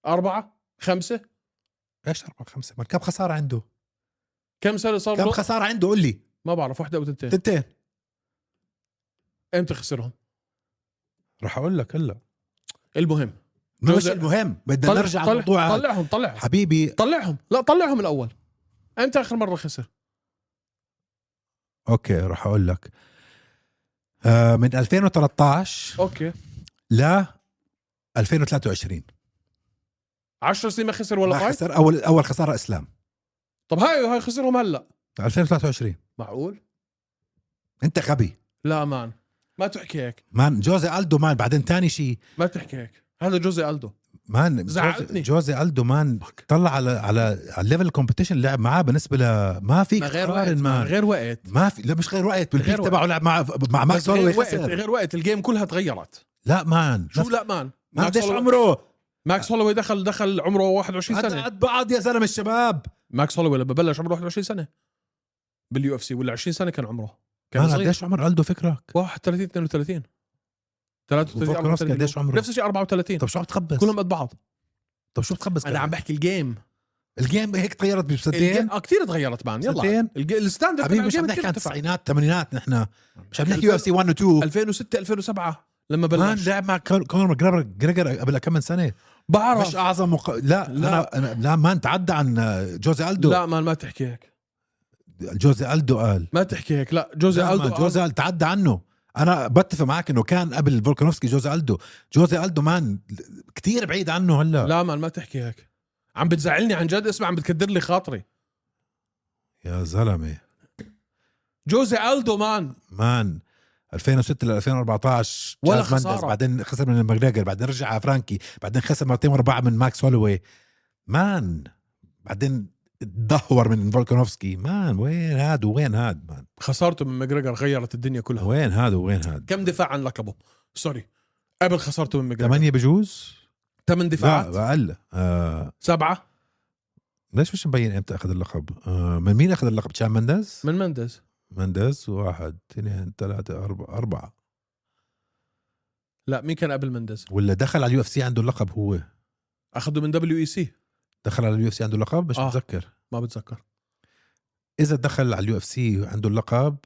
B: أربعة خمسة
A: ايش أربعة خمسة ما كم خسارة عنده؟
B: كم سنة صار
A: كم
B: له؟
A: خسارة عنده قول لي
B: ما بعرف واحدة أو تنتين
A: تنتين
B: امتى خسرهم؟
A: رح اقول لك هلا
B: المهم
A: ما مش
B: جوزي-
A: المهم بدنا
B: طلع
A: نرجع
B: طلع
A: الموضوع هذا.
B: طلعهم طلعهم
A: حبيبي
B: طلعهم لا طلعهم الأول امتى آخر مرة خسر؟
A: اوكي رح اقول لك آه من 2013
B: أوكي
A: ل 2023
B: 10 سنين ما خسر ولا
A: ما
B: فايت؟
A: خسر اول اول خساره اسلام
B: طب هاي هاي خسرهم هلا
A: 2023
B: معقول؟
A: انت غبي
B: لا مان ما تحكي هيك
A: مان جوزي الدو مان بعدين ثاني شيء
B: ما تحكي هيك هذا جوزي الدو
A: مان
B: زعلتني.
A: جوزي, جوزي الدو مان طلع على على على الليفل الكومبetition اللي لعب معاه بالنسبه ل إيه، ما فيك
B: ما غير وقت
A: تقارن
B: ما
A: مان
B: غير وقت
A: ما في لا مش غير وقت بالبيك
B: غير وقت.
A: تبعه لعب مع مع ماكس
B: بس غير
A: هولوي
B: وقت
A: خسر
B: غير وقت الجيم كلها تغيرت
A: لا مان
B: شو لا مان
A: ما
B: ماكس
A: قديش
B: هولوي-
A: عمره
B: ماكس هولوي دخل دخل عمره 21
A: هذا
B: سنه
A: قد بعض يا زلمه الشباب
B: ماكس هولوي لما بلش عمره 21 سنه باليو اف سي ولا 20 سنه كان عمره كان
A: مان
B: صغير
A: قديش عمر الدو فكرك
B: 31 32 33
A: وفولكانوفسكي
B: 34
A: قديش عمره؟
B: نفس الشيء 34
A: طب شو عم تخبص
B: كلهم قد بعض
A: طب شو بتخبص
B: انا عم بحكي الجيم
A: الجيم هيك تغيرت بسنتين
B: الجيم آه، كثير تغيرت مان يلا
A: سنتين؟
B: الج- الستاندرد
A: حبيبي
B: تبع
A: مش
B: الجيم
A: عم نحكي
B: كتير
A: عن
B: ارتفع.
A: التسعينات الثمانينات نحن مش عم نحكي يو اف سي 1 و 2
B: 2006 2007 لما
A: مان
B: بلش
A: لعب مع كون- كونر ماجريجر جريجر قبل كم من سنه مش
B: بعرف
A: اعظم مق... لا,
B: لا.
A: لا انا أنا- لا مان تعدى عن جوزي الدو
B: لا مان ما تحكي هيك
A: جوزي الدو قال
B: ما تحكي هيك لا جوزي
A: لا،
B: الدو
A: ما جوزي ألدو تعدى عنه انا بتفق معك انه كان قبل فولكانوفسكي جوزي الدو جوزي الدو مان كتير بعيد عنه هلا
B: لا مان ما تحكي هيك عم بتزعلني عن جد اسمع عم بتكدر لي خاطري
A: يا زلمه
B: جوزي الدو مان
A: مان 2006 ل 2014
B: ولا
A: جاز مندز،
B: خسارة.
A: بعدين خسر من ماجريجر بعدين رجع على فرانكي بعدين خسر مرتين واربعه من ماكس هولوي مان بعدين تدهور من فولكانوفسكي مان وين هاد وين هاد مان
B: خسارته من ماجريجر غيرت الدنيا كلها
A: وين هاد وين هاد
B: كم دفاع عن لقبه سوري قبل خسارته من ماجريجر
A: ثمانية بجوز؟
B: ثمان دفاعات
A: لا اقل آه
B: سبعه
A: ليش مش مبين امتى اخذ اللقب؟ آه من مين اخذ اللقب؟ تشام مندز؟
B: من مندز
A: مندز واحد اثنين ثلاثة أربعة أربعة
B: لا مين كان قبل مندز
A: ولا دخل على اليو اف سي عنده اللقب هو
B: اخذه من دبليو اي سي
A: دخل على اليو اف سي عنده اللقب مش
B: آه.
A: آه. متذكر
B: ما بتذكر
A: اذا دخل على اليو اف سي عنده اللقب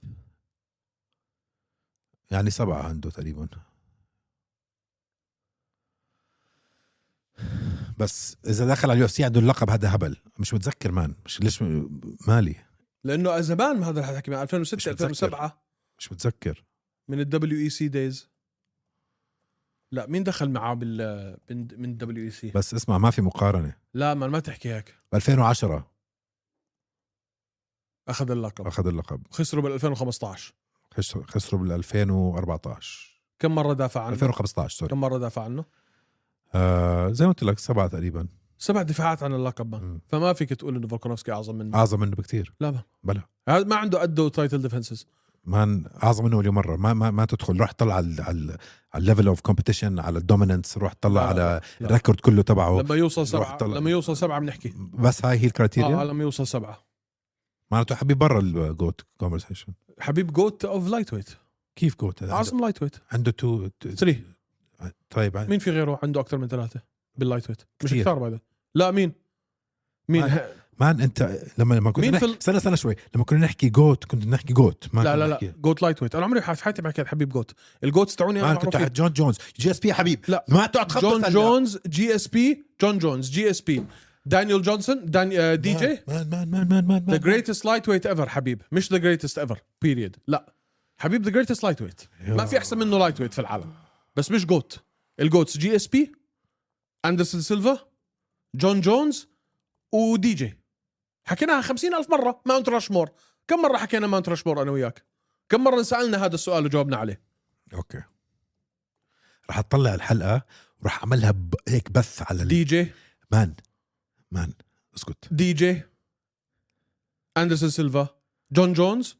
A: يعني سبعة عنده تقريبا بس اذا دخل على اليو اف سي عنده اللقب هذا هبل مش متذكر مان مش ليش م- مالي
B: لانه زمان ما هذا اللي حكي 2006
A: مش متذكر.
B: 2007
A: مش متذكر
B: من الدبليو اي سي دايز لا مين دخل معاه بال من من الدبليو اي سي
A: بس اسمع ما في مقارنه
B: لا ما ما تحكي هيك
A: 2010
B: اخذ اللقب
A: اخذ اللقب
B: خسروا بال 2015
A: خسر- خسروا بال 2014
B: كم مره دافع عنه
A: 2015 سوري
B: كم مره دافع عنه
A: آه زي ما قلت لك سبعه تقريبا
B: سبع دفاعات عن اللقب ما.
A: مم. آه.
B: فما فيك تقول انه فولكانوفسكي اعظم منه
A: اعظم منه بكثير
B: لا ما
A: بلا
B: هذا ما عنده قده تايتل ديفنسز
A: مان اعظم منه مليون مره ما ما, ما تدخل روح طلع على على على الليفل اوف كومبيتيشن على الدوميننس روح طلع
B: لا،
A: على
B: لا.
A: الريكورد كله تبعه
B: لما يوصل
A: روح
B: سبعه
A: طلع.
B: لما يوصل سبعه بنحكي
A: بس هاي هي الكرايتيريا
B: اه
A: آه
B: لما يوصل سبعه
A: معناته حبي برا الجوت كونفرسيشن
B: حبيب جوت اوف لايت ويت
A: كيف جوت عنده,
B: اعظم لايت ويت
A: عنده تو
B: 3
A: طيب عن-
B: مين في غيره عنده اكثر من ثلاثه باللايت ويت مش
A: كتير.
B: كثار بعد لا مين مين
A: ما- مان انت لما لما كنا
B: مين في
A: نحكي
B: ال-
A: استنى استنى شوي لما كنا نحكي جوت كنت نحكي جوت ما
B: لا
A: كنا
B: لا لا
A: نحكي-
B: جوت لايت ويت انا عمري في حياتي بحكي عن حبيب جوت الجوتس تاعوني انا
A: مان كنت
B: معروفين
A: تحت جون جونز جي اس بي حبيب
B: لا.
A: ما تقعد تخبط
B: جون
A: هلا.
B: جونز جي اس بي جون جونز جي اس بي دانيال جونسون دان آه، دي جي
A: مان مان مان مان مان
B: ذا
A: مان
B: جريتست لايت ويت ايفر حبيب مش ذا جريتست ايفر بيريد لا حبيب ذا جريتست لايت ويت ما في احسن منه لايت ويت في العالم بس مش جوت الجوتس جي اس بي اندرسون سيلفا جون جونز ودي جي حكيناها خمسين ألف مرة ماونت راشمور كم مرة حكينا ماونت راشمور أنا وياك كم مرة سألنا هذا السؤال وجاوبنا عليه
A: اوكي رح اطلع الحلقه وراح اعملها ب... هيك بث على ال...
B: دي جي
A: مان مان اسكت
B: دي جي اندرسون سيلفا جون جونز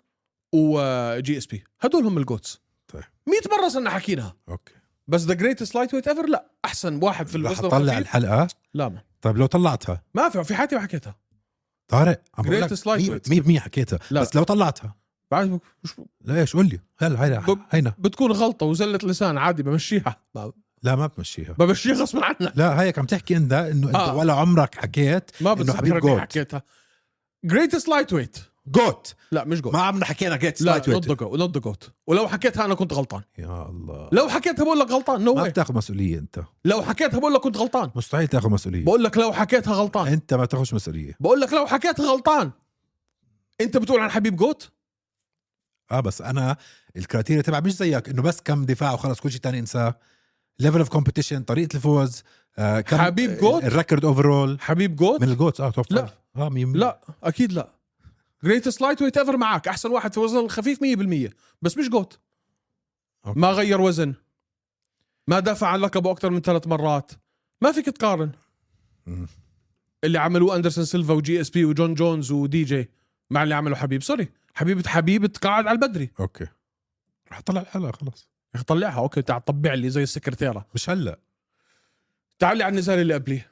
B: وجي اس بي هدول هم الجوتس
A: طيب.
B: 100 مرة صرنا حكيناها
A: اوكي
B: بس ذا جريتست لايت ويت ايفر لا احسن واحد في
A: رح
B: الوزن
A: اطلع
B: الخفيف
A: الحلقه
B: لا ما
A: طيب لو طلعتها
B: ما في في حياتي ما حكيتها
A: طارق عم بقول
B: Greatest lightweight.
A: لك 100% حكيتها
B: لا.
A: لا. بس لو طلعتها
B: بعد مش-
A: لا ايش قول لي هلا هينا
B: ب-
A: هينا
B: بتكون غلطه وزله لسان عادي بمشيها ب-
A: لا ما بمشيها
B: بمشيها غصب عنك
A: لا هيك عم تحكي انت انه انت
B: آه.
A: آه. ولا عمرك حكيت
B: ما
A: انه حبيب
B: بتذكر اني
A: جوت
B: حكيتها جريتست لايت ويت
A: جوت
B: لا مش جوت
A: ما عمرنا حكينا جريت
B: لا
A: لايت
B: نوت
A: ويت
B: جوت نوت جوت ولو حكيتها انا كنت غلطان
A: يا الله
B: لو حكيتها بقول لك غلطان نو
A: ما
B: no way.
A: بتاخذ مسؤوليه انت
B: لو حكيتها بقول لك كنت غلطان
A: مستحيل تاخذ مسؤوليه
B: بقول لك لو حكيتها غلطان
A: انت ما تاخذش مسؤوليه
B: بقول لك لو حكيتها غلطان انت بتقول عن حبيب جوت
A: اه بس انا الكراتيريا تبع مش زيك انه بس كم دفاع وخلص كل شيء تاني انساه ليفل اوف كومبيتيشن طريقه الفوز آه كم
B: حبيب جوت؟
A: الريكورد اوفرول
B: حبيب جوت
A: من الجوتس اه توب
B: لا.
A: فايف. اه مين
B: لا اكيد لا جريتست لايت ويت ايفر معك احسن واحد في وزن الخفيف 100% بس مش جوت
A: أوكي.
B: ما غير وزن ما دافع عن لقبه اكثر من ثلاث مرات ما فيك تقارن
A: مم.
B: اللي عملوه اندرسون سيلفا وجي اس بي وجون جونز ودي جي مع اللي عمله حبيب سوري حبيب حبيب تقاعد على البدري
A: اوكي رح اطلع الحلقه خلاص
B: يا أخي طلعها اوكي تعال طبع لي زي السكرتيره
A: مش هلا
B: تعال لي على النزال اللي قبليه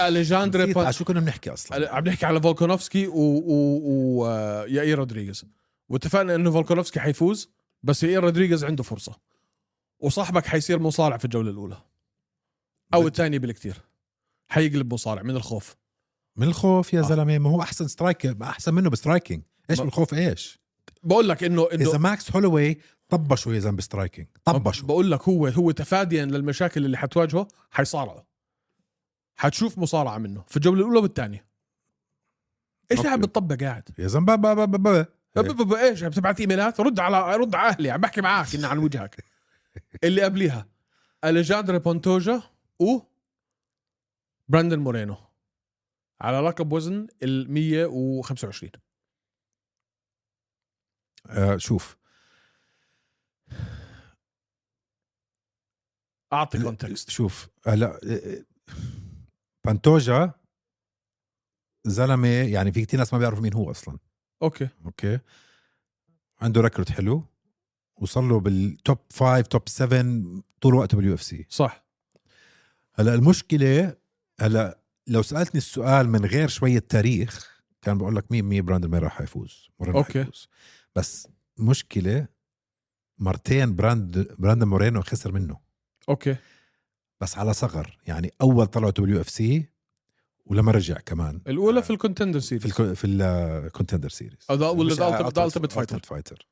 B: أليجاندري
A: نسيت
B: بان-
A: على شو كنا بنحكي اصلا
B: عم نحكي على فولكانوفسكي و, و... و... آه، يائير رودريغيز واتفقنا انه فولكانوفسكي حيفوز بس يائير رودريغيز عنده فرصه وصاحبك حيصير مصارع في الجوله الاولى او الثانيه بالكثير حيقلب مصارع من الخوف
A: من الخوف يا
B: آه.
A: زلمه ما هو احسن سترايكر احسن منه بسترايكينج ايش
B: ما-
A: من الخوف ايش
B: بقول لك انه انه
A: اذا ماكس هولوي طبشوا يا زلمه بسترايكينج طبشوا
B: بقول لك هو هو تفاديا للمشاكل اللي حتواجهه حيصارعه حتشوف مصارعه منه في الجوله الاولى والثانيه ايش
A: أوكي.
B: قاعد بتطبق قاعد
A: يا زلمه با- با- با- با- با.
B: ب- ب- ب- ايش عم تبعت ايميلات رد على رد على اهلي عم بحكي معك انه عن وجهك اللي قبليها اليجاندر بونتوجا و براندن مورينو على لقب وزن ال 125
A: آه، شوف
B: اعطي كونتكست
A: شوف هلا آه، بانتوجا زلمه يعني في كثير ناس ما بيعرفوا مين هو اصلا
B: اوكي
A: اوكي عنده ريكورد حلو وصل له بالتوب 5 توب 7 طول وقته باليو اف سي
B: صح
A: هلا المشكله هلا لو سالتني السؤال من غير شويه تاريخ كان بقول لك 100% براندن مير راح يفوز مورينو
B: أوكي.
A: أوكي. يفوز بس مشكله مرتين براند براندن مورينو خسر منه
B: اوكي
A: بس على صغر يعني اول طلعته باليو اف سي ولما رجع كمان
B: الاولى في الكونتندر سيريز
A: آه. في الكو في الكونتندر سيريز
B: أو ده- ولا
A: مش- آه،
B: ده Ultimate- ده
A: Ultimate-
B: Ultimate Fighter.
A: Ultimate Fighter.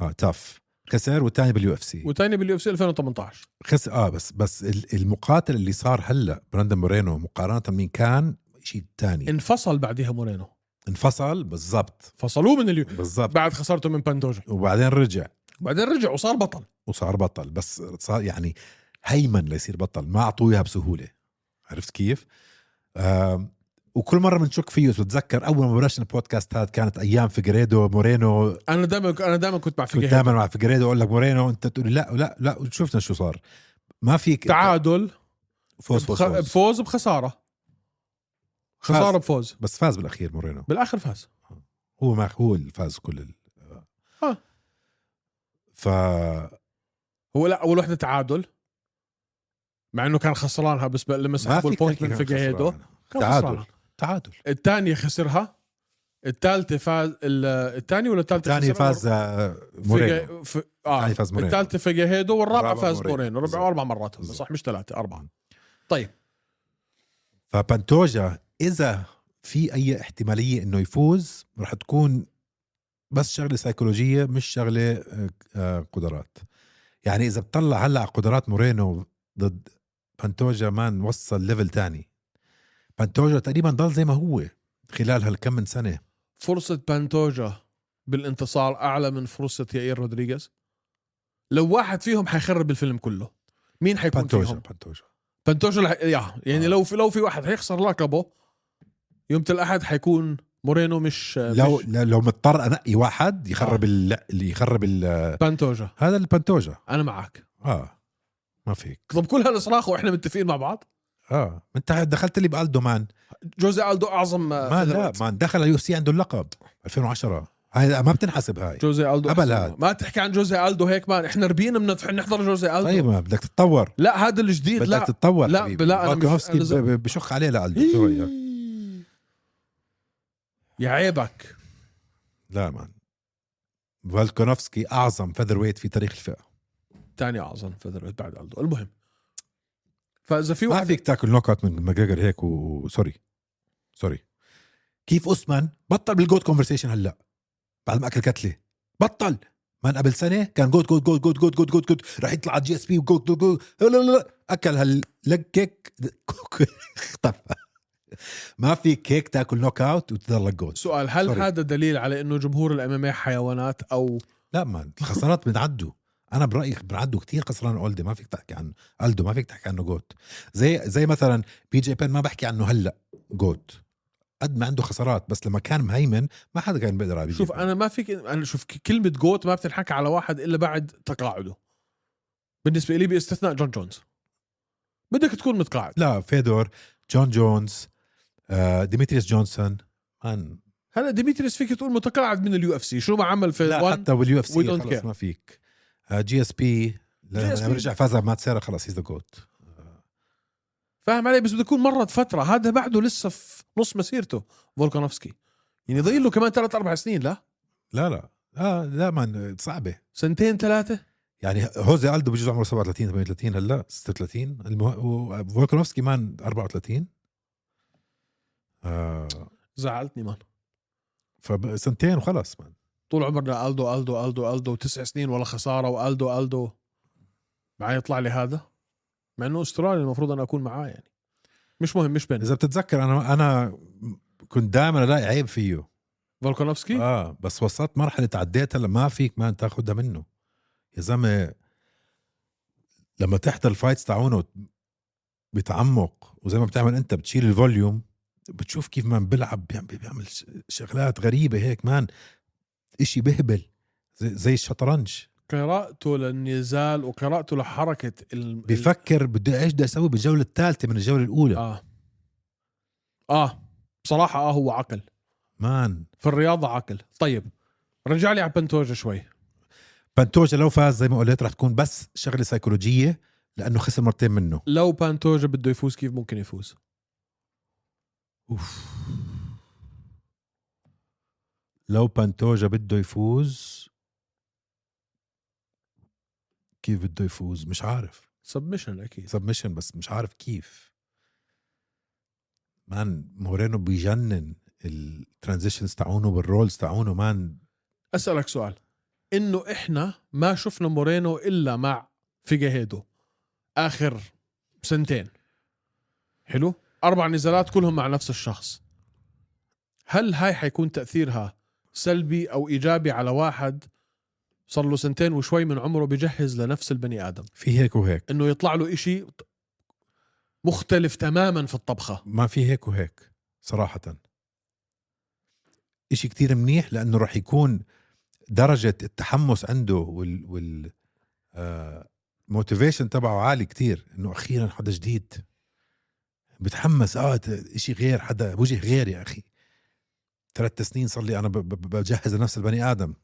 A: اه تاف خسر والثاني باليو اف سي
B: وثاني باليو اف سي 2018
A: خسر اه بس بس ال- المقاتل اللي صار هلا براندن مورينو مقارنه مين كان شيء ثاني
B: انفصل بعدها مورينو
A: انفصل بالضبط
B: فصلوه من اليو
A: بالضبط
B: بعد خسارته من بانتوجا
A: وبعدين رجع
B: بعدين رجع وصار بطل
A: وصار بطل بس صار يعني هيمن ليصير بطل ما اعطوه اياها بسهوله عرفت كيف؟ آم، وكل مره بنشك فيه بتذكر اول ما بلشنا البودكاست هذا كانت ايام فيجريدو مورينو
B: انا دائما انا دائما كنت مع
A: كنت
B: فيجيهيدو
A: دائما مع فيجريدو اقول لك مورينو انت تقول لي لا لا لا وشفنا شو صار ما فيك
B: تعادل
A: فوز فوز,
B: بخ-
A: فوز.
B: بفوز بخساره خساره
A: فاز.
B: بفوز
A: بس فاز بالاخير مورينو
B: بالاخر فاز
A: هو ما هو اللي فاز كل ال...
B: آه.
A: ف
B: هو لا اول وحده تعادل مع انه كان خسرانها بس ب- لما
A: ما
B: سحبوا
A: فيك
B: البوينت
A: تحكي
B: من
A: كان
B: فيجيهيدو
A: خسران.
B: كان
A: تعادل
B: خسرانها.
A: تعادل
B: الثانيه خسرها الثالثه فاز ال- الثاني ولا الثالثه
A: الثاني فاز آه،
B: فيجا-
A: مورينو
B: ف... اه
A: الثاني فاز مورينو.
B: الثالثه فيجيهيدو والرابعه
A: الرابعة
B: فاز
A: مورينو.
B: مورينو ربع
A: بالظبط.
B: اربع مرات هم،
A: بالظبط.
B: صح مش ثلاثه اربعه طيب
A: فبانتوجا اذا في اي احتماليه انه يفوز رح تكون بس شغله سيكولوجيه مش شغله آه، آه، قدرات يعني اذا بتطلع هلا على قدرات مورينو ضد بانتوجا مان وصل ليفل تاني بانتوجا تقريبا ضل زي ما هو خلال هالكم من سنه
B: فرصه بانتوجا بالانتصار اعلى من فرصه يائير رودريغيز لو واحد فيهم حيخرب الفيلم كله مين حيكون
A: بانتوجا
B: فيهم
A: بانتوجا
B: بنتوجا الح... يا يعني
A: آه.
B: لو في لو في واحد هيخسر لقبه يوم الاحد حيكون مورينو مش
A: لو
B: آه، مش آه.
A: لو مضطر انقي واحد يخرب ال- لا، اللي يخرب ال-
B: بانتوجا
A: هذا البانتوجا
B: انا معك
A: اه ما فيك
B: طب كل هالصراخ واحنا متفقين مع بعض
A: اه انت دخلت لي بالدو مان
B: جوزي آه، الدو اعظم
A: ما لا ما دخل اليو سي عنده اللقب 2010 هاي ما بتنحسب هاي
B: جوزي الدو
A: أبل
B: أحسن.
A: هاد.
B: ما تحكي عن جوزي الدو هيك ما احنا ربينا بنفح نحضر جوزي الدو
A: طيب ما بدك تتطور
B: لا هذا الجديد
A: بدك
B: إيه، لا
A: تتطور
B: لا،
A: حبيبي.
B: لا، أنا مش-
A: فولكانوفسكي
B: أنا زي-
A: ب- ب- بشخ عليه
B: إيه.
A: لعلده شو رايك؟
B: يا عيبك
A: لا مان فالكونوفسكي اعظم فذر ويت في تاريخ الفئه
B: ثاني اعظم فيذر بعد الدو المهم فاذا في
A: ما
B: واحد
A: فيك تاكل نوك اوت من ماجريجر هيك و- وسوري سوري كيف اوسمان بطل بالجود كونفرسيشن هلا بعد ما اكل كتله بطل من قبل سنه كان جود جود جود جود جود جود جود جود رح يطلع على جي اس بي وجود جود جود لا لا لا اكل هاللج كيك اختفى ما في كيك تاكل نوك اوت وتضلك جود
B: سؤال هل
A: سوري.
B: هذا دليل على انه جمهور الام إيه حيوانات او
A: لا مان الخسارات بنعدوا انا برايي بنعدوا كثير خسران اولدي ما فيك تحكي عنه الدو ما فيك تحكي عنه جوت زي زي مثلا بي جي بين ما بحكي عنه هلا جوت قد ما عنده خسارات بس لما كان مهيمن ما حدا كان بيقدر على بي جي
B: شوف
A: بين.
B: انا ما فيك انا شوف ك- كلمه جوت ما بتنحكى على واحد الا بعد تقاعده بالنسبه لي باستثناء جون جونز بدك تكون متقاعد
A: لا فيدور جون جونز آه، ديمتريس جونسون مان
B: هلا ديميتريس فيك تقول متقاعد من اليو اف سي شو ما عمل في
A: لا
B: ال1
A: حتى واليو اف
B: we
A: سي
B: don't
A: خلص
B: care.
A: ما فيك آه، جي اس بي
B: GSP.
A: لما رجع فاز على مات سيرا خلص هيز ذا جوت
B: فاهم علي بس بده يكون مرت فتره هذا بعده لسه في نص مسيرته فولكانوفسكي يعني ضايل له كمان ثلاث اربع سنين لا
A: لا لا اه لا مان صعبه
B: سنتين ثلاثه
A: يعني هوزي الدو بجوز عمره 37 38 هلا 36 المه... وفولكانوفسكي مان 34 آه
B: زعلتني مان
A: فسنتين وخلص مان
B: طول عمرنا الدو الدو الدو الدو تسع سنين ولا خساره والدو الدو معي يطلع لي هذا مع انه استرالي المفروض انا اكون معاه يعني مش مهم مش بين
A: اذا بتتذكر انا انا كنت دائما الاقي عيب فيه
B: فولكانوفسكي
A: اه بس وصلت مرحله تعديتها لما ما فيك مان تاخدها منه يا زلمه لما تحضر الفايتس تاعونه بتعمق وزي ما بتعمل انت بتشيل الفوليوم بتشوف كيف مان بيلعب بيعم- بيعمل ش- شغلات غريبه هيك مان اشي بهبل زي, زي الشطرنج
B: قراءته للنزال وقراءته لحركه ال...
A: بفكر بده ايش بده اسوي بالجوله الثالثه من الجوله الاولى
B: اه اه بصراحه اه هو عقل
A: مان
B: في الرياضه عقل طيب رجع لي على بنتوجا شوي
A: بانتوجا لو فاز زي ما قلت رح تكون بس شغله سيكولوجيه لانه خسر مرتين منه
B: لو بانتوجا بده يفوز كيف ممكن يفوز
A: اوف لو بانتوجا بده يفوز كيف بده يفوز مش عارف
B: سبمشن اكيد
A: سبمشن بس مش عارف كيف مان مورينو بيجنن الترانزيشنز تاعونه بالرولز تاعونه مان
B: اسالك سؤال انه احنا ما شفنا مورينو الا مع فيجاهيدو اخر سنتين حلو اربع نزالات كلهم مع نفس الشخص هل هاي حيكون تاثيرها سلبي او ايجابي على واحد صار له سنتين وشوي من عمره بجهز لنفس البني ادم
A: في هيك وهيك
B: انه يطلع له إشي مختلف تماما في الطبخه
A: ما في هيك وهيك صراحة اشي كتير منيح لانه رح يكون درجة التحمس عنده وال وال موتيفيشن تبعه عالي كتير انه اخيرا حدا جديد بتحمس اه ت- اشي غير حدا وجه غير يا اخي ثلاث سنين صار لي انا ب- ب- بجهز لنفس البني ادم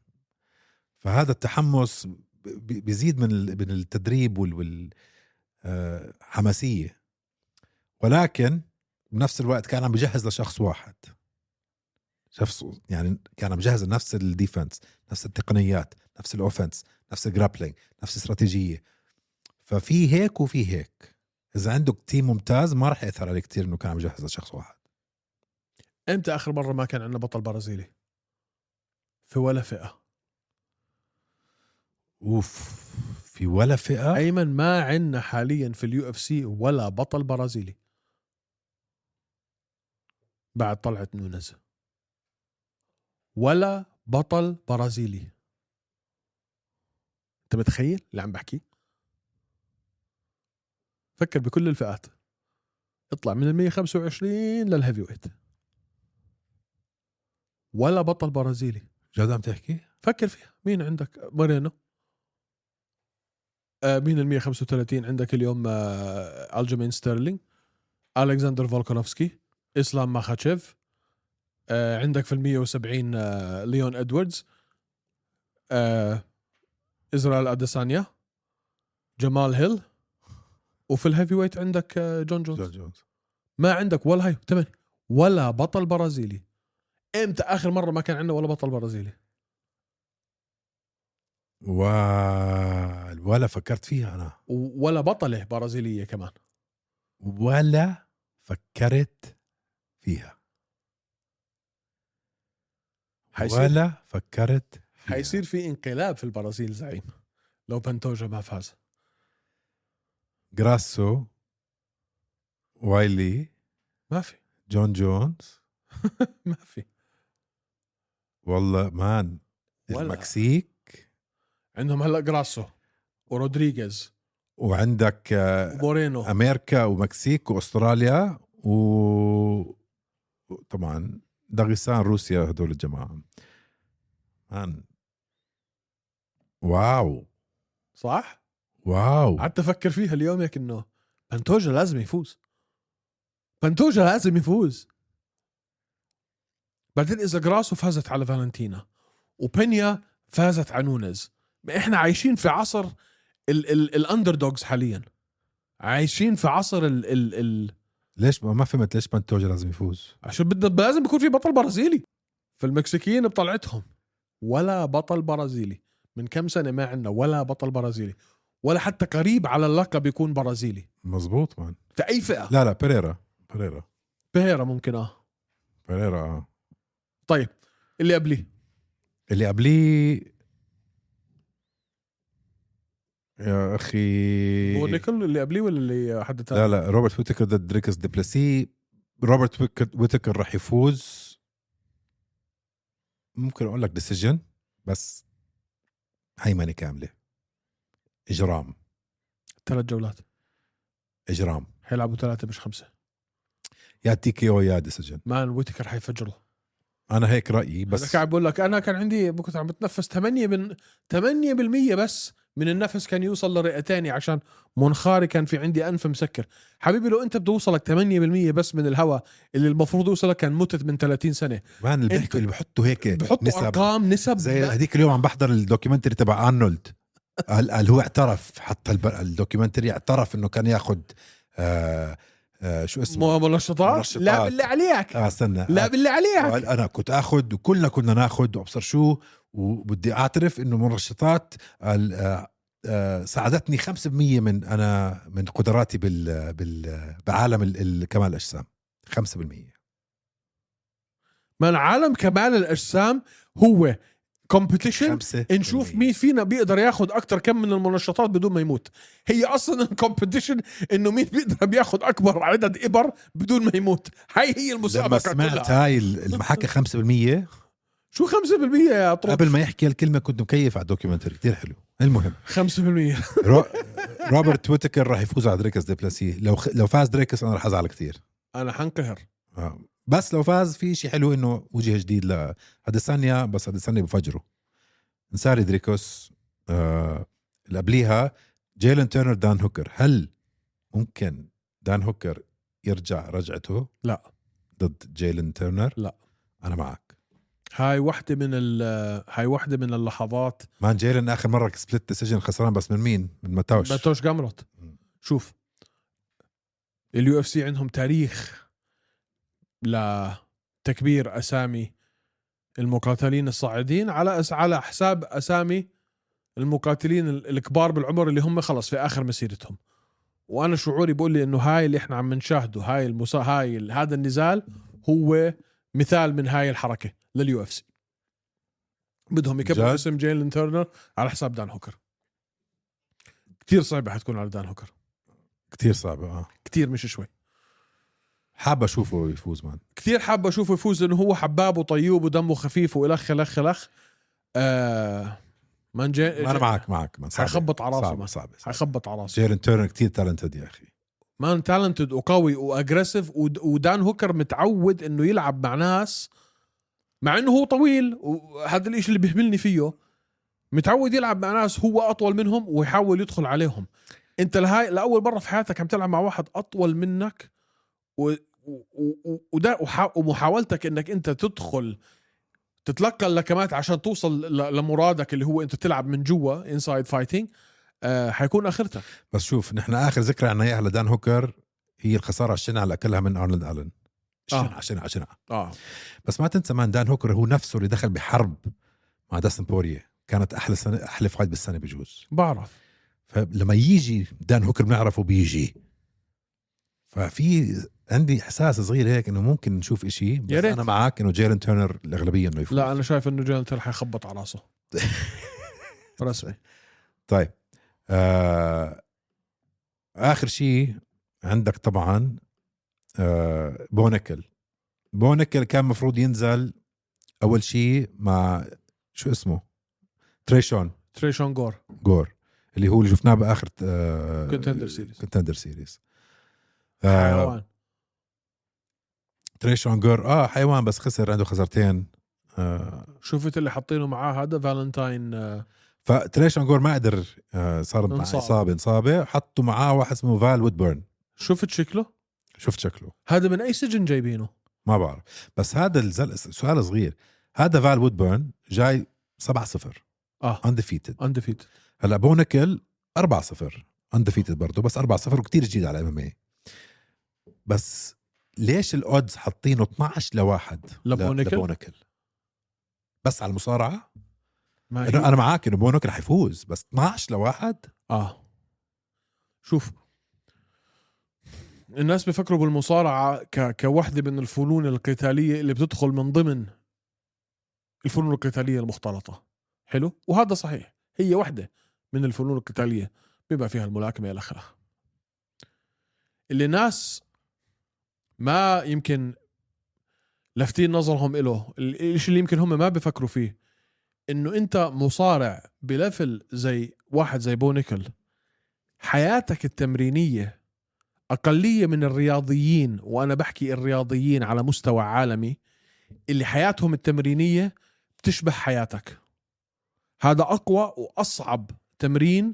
A: فهذا التحمس ب- ب- بيزيد من ال- من التدريب وال- وال آه، حماسية ولكن بنفس الوقت كان عم بجهز لشخص واحد شخص يعني كان عم بجهز لنفس الديفنس نفس التقنيات نفس الاوفنس نفس الجرابلينج نفس الاستراتيجيه ففي هيك وفي هيك اذا عنده تيم ممتاز ما راح ياثر عليه كثير انه كان عم يجهز لشخص واحد
B: امتى اخر مره ما كان عندنا بطل برازيلي في ولا فئه
A: اوف في ولا فئه
B: ايمن ما عندنا حاليا في اليو اف سي ولا بطل برازيلي بعد طلعه نونز ولا بطل برازيلي انت متخيل اللي عم بحكيه فكر بكل الفئات اطلع من ال 125 للهيفي ويت ولا بطل برازيلي
A: جد عم تحكي
B: فكر فيها مين عندك مورينو آه مين ال 135 عندك اليوم آه الجيمين ستيرلينج الكسندر فولكانوفسكي اسلام ماخاتشيف آه عندك في ال 170 آه ليون ادواردز آه ازرائيل اديسانيا جمال هيل وفي الهيفي ويت عندك آه جون جونز
A: جون جونز
B: ما عندك ولا هاي تمام ولا بطل برازيلي امتى اخر مره ما كان عندنا ولا بطل برازيلي
A: و... ولا فكرت فيها انا
B: ولا بطله برازيليه كمان
A: ولا فكرت فيها
B: حيصير ولا
A: ولا فكرت فيها.
B: حيصير في انقلاب في البرازيل زعيم لو بانتوجا ما فاز
A: جراسو وايلي
B: ما في
A: جون جونز
B: ما في
A: والله مان
B: ولا.
A: المكسيك
B: عندهم هلا جراسو ورودريغيز
A: وعندك آه،
B: ومورينو
A: امريكا ومكسيك واستراليا و طبعا داغستان روسيا هدول الجماعه مان واو
B: صح؟
A: واو
B: قعدت افكر فيها اليوم ياك انه بنتوجا لازم يفوز بنتوجا لازم يفوز بعدين اذا جراسو فازت على فالنتينا وبينيا فازت على نونيز احنا عايشين في عصر ال- ال- الاندر دوجز حاليا عايشين في عصر ال ال ال
A: ليش ما فهمت ليش بانتوجا لازم يفوز
B: عشان بدنا لازم بيكون في بطل برازيلي فالمكسيكيين بطلعتهم ولا بطل برازيلي من كم سنه ما عندنا ولا بطل برازيلي ولا حتى قريب على اللقب يكون برازيلي
A: مزبوط مان
B: في اي فئه
A: لا لا بيريرا بيريرا
B: بيريرا ممكن اه
A: بيريرا اه
B: طيب اللي قبليه
A: اللي قبليه يا اخي
B: هو نيكل اللي قبليه ولا اللي حد تاني
A: إيه. لا لا روبرت ويتكر ضد دريكس ديبلاسي روبرت ويك- ويتكر راح يفوز ممكن اقول لك ديسيجن بس هيمنه كامله اجرام
B: ثلاث جولات
A: اجرام
B: حيلعبوا ثلاثه مش خمسه
A: يا تي كي او يا ديسيجن
B: مان ويتكر حيفجره
A: انا هيك رايي
B: بس
A: بس
B: قاعد بقول لك انا كان عندي كنت عم بتنفس 8 من 8% بس من النفس كان يوصل لرئه تاني عشان منخاري كان في عندي انف مسكر حبيبي لو انت بده يوصلك 8% بس من الهواء اللي المفروض يوصلك كان متت من 30 سنه
A: مان اللي
B: أنت-
A: بيحكوا اللي بحطوا هيك
B: بحطوا ارقام نسب
A: زي هذيك اليوم عم بحضر الدوكيومنتري تبع ارنولد قال, قال هو اعترف حط الب- الدوكيومنتري اعترف انه كان ياخذ آه آه شو اسمه
B: م- منشطات
A: منشطات.
B: لا بالله عليك
A: آه استنى
B: لا بالله عليك
A: قال انا كنت اخذ وكلنا كنا ناخذ وابصر شو وبدي اعترف انه منشطات قال آه، آه، ساعدتني 5% من انا من قدراتي بال بال بعالم ال- ال- كمال الاجسام 5%
B: من عالم كمال الاجسام هو كومبيتيشن
A: خمسة
B: نشوف
A: بالمية.
B: مين فينا بيقدر ياخد اكتر كم من المنشطات بدون ما يموت هي اصلا الكومبيتيشن انه مين بيقدر بياخد اكبر عدد ابر بدون ما يموت هاي هي
A: لما
B: المسابقه
A: سمعت
B: كلها
A: هاي ال- المحاكي 5%
B: شو 5% يا طروق
A: قبل ما يحكي الكلمه كنت مكيف على الدوكيومنتري كثير حلو المهم
B: 5%
A: رو... روبرت ويتكر راح يفوز على دريكس ديبلاسي لو خ... لو فاز دريكس انا راح ازعل كثير
B: انا حنقهر
A: آه. بس لو فاز في شيء حلو انه وجه جديد لاديسانيا بس اديسانيا بفجره انساري دريكوس آه اللي قبليها جيلن تيرنر دان هوكر هل ممكن دان هوكر يرجع رجعته
B: لا
A: ضد جيلن تيرنر
B: لا.
A: انا معك
B: هاي واحدة من ال- هاي واحدة من اللحظات
A: مان جيلن اخر مره سبلت ديسيجن خسران بس من مين من متاوش
B: باتوش جامروت
A: مم.
B: شوف اليو اف سي عندهم تاريخ لتكبير اسامي المقاتلين الصاعدين على أس على حساب اسامي المقاتلين ال- الكبار بالعمر اللي هم خلص في اخر مسيرتهم وانا شعوري بقول لي انه هاي اللي احنا عم نشاهده هاي المسا هاي ال- هذا النزال هو مثال من هاي الحركه لليو اف سي بدهم يكبروا
A: جد؟
B: اسم جيلين تيرنر على حساب دان هوكر كثير صعبه حتكون على دان هوكر
A: كثير صعبه اه
B: كثير مش شوي
A: حاب اشوفه يفوز مان
B: كثير حاب اشوفه يفوز لانه هو حباب وطيوب ودمه خفيف والخ الخ الخ آه من جي...
A: انا معك معك مان صعبة.
B: حيخبط على راسه،
A: صعبة
B: مان.
A: صعبة, صعبة.
B: حيخبط على راسه
A: جيلن تيرنر كثير تالنتد يا اخي
B: مان تالنتد وقوي واجريسيف ود- ودان هوكر متعود انه يلعب مع ناس مع انه هو طويل وهذا الاشي اللي بيهملني فيه متعود يلعب مع ناس هو اطول منهم ويحاول يدخل عليهم انت لهاي لاول مره في حياتك عم تلعب مع واحد اطول منك و... و... و... وده وح... ومحاولتك انك انت تدخل تتلقى اللكمات عشان توصل ل... لمرادك اللي هو انت تلعب من جوا انسايد فايتنج آه حيكون اخرتك
A: بس شوف نحن اخر ذكرى عنا اياها لدان هوكر هي الخساره الشنعه اللي اكلها من ارنولد الن شنعه
B: آه.
A: شنعه شنعه
B: اه
A: بس ما تنسى مان دان هوكر هو نفسه اللي دخل بحرب مع داستن بوريه كانت احلى سنه احلى فايت بالسنه بجوز
B: بعرف
A: فلما يجي دان هوكر بنعرفه بيجي ففي عندي احساس صغير هيك انه ممكن نشوف إشي بس
B: يا ريت.
A: انا معك انه جيرن تيرنر الاغلبيه انه يفوز
B: لا انا شايف انه جوناثان حيخبط على راسه رسمي
A: طيب آه اخر شيء عندك طبعا آه بونكل بونكل كان مفروض ينزل اول شيء مع شو اسمه تريشون
B: تريشون جور
A: جور اللي هو اللي شفناه باخر آه
B: Contender Series.
A: كونتندر سيريز آه.
B: حيوان
A: تريشون جور اه حيوان بس خسر عنده خسرتين آه
B: شفت اللي حاطينه معاه هذا فالنتاين آه،
A: فتريشون جور ما قدر آه صار مع
B: انصاب.
A: اصابه اصابه حطوا معاه واحد اسمه فال وودبرن
B: شفت شكله
A: شفت شكله
B: هذا من اي سجن جايبينه
A: ما بعرف بس هذا الزل... سؤال صغير هذا فال وودبيرن جاي 7 0
B: اه
A: اندفيتد
B: اندفيت
A: هلا بونكل 4 0 اندفيتد برضه بس 4 0 وكثير جديد على ام بس ليش الاودز حاطينه 12 لواحد ل-
B: لبونيكل؟
A: لبونيكل بس على المصارعه
B: ما
A: إنه
B: هي
A: انا معك انه بونيكل رح يفوز بس 12 لواحد
B: اه شوف الناس بيفكروا بالمصارعه ك... كوحده من الفنون القتاليه اللي بتدخل من ضمن الفنون القتاليه المختلطه حلو وهذا صحيح هي وحده من الفنون القتاليه بما فيها الملاكمه الى اخره اللي ناس ما يمكن لافتين نظرهم إله الشيء اللي يمكن هم ما بفكروا فيه انه انت مصارع بليفل زي واحد زي بو نيكل حياتك التمرينيه اقليه من الرياضيين وانا بحكي الرياضيين على مستوى عالمي اللي حياتهم التمرينيه بتشبه حياتك هذا اقوى واصعب تمرين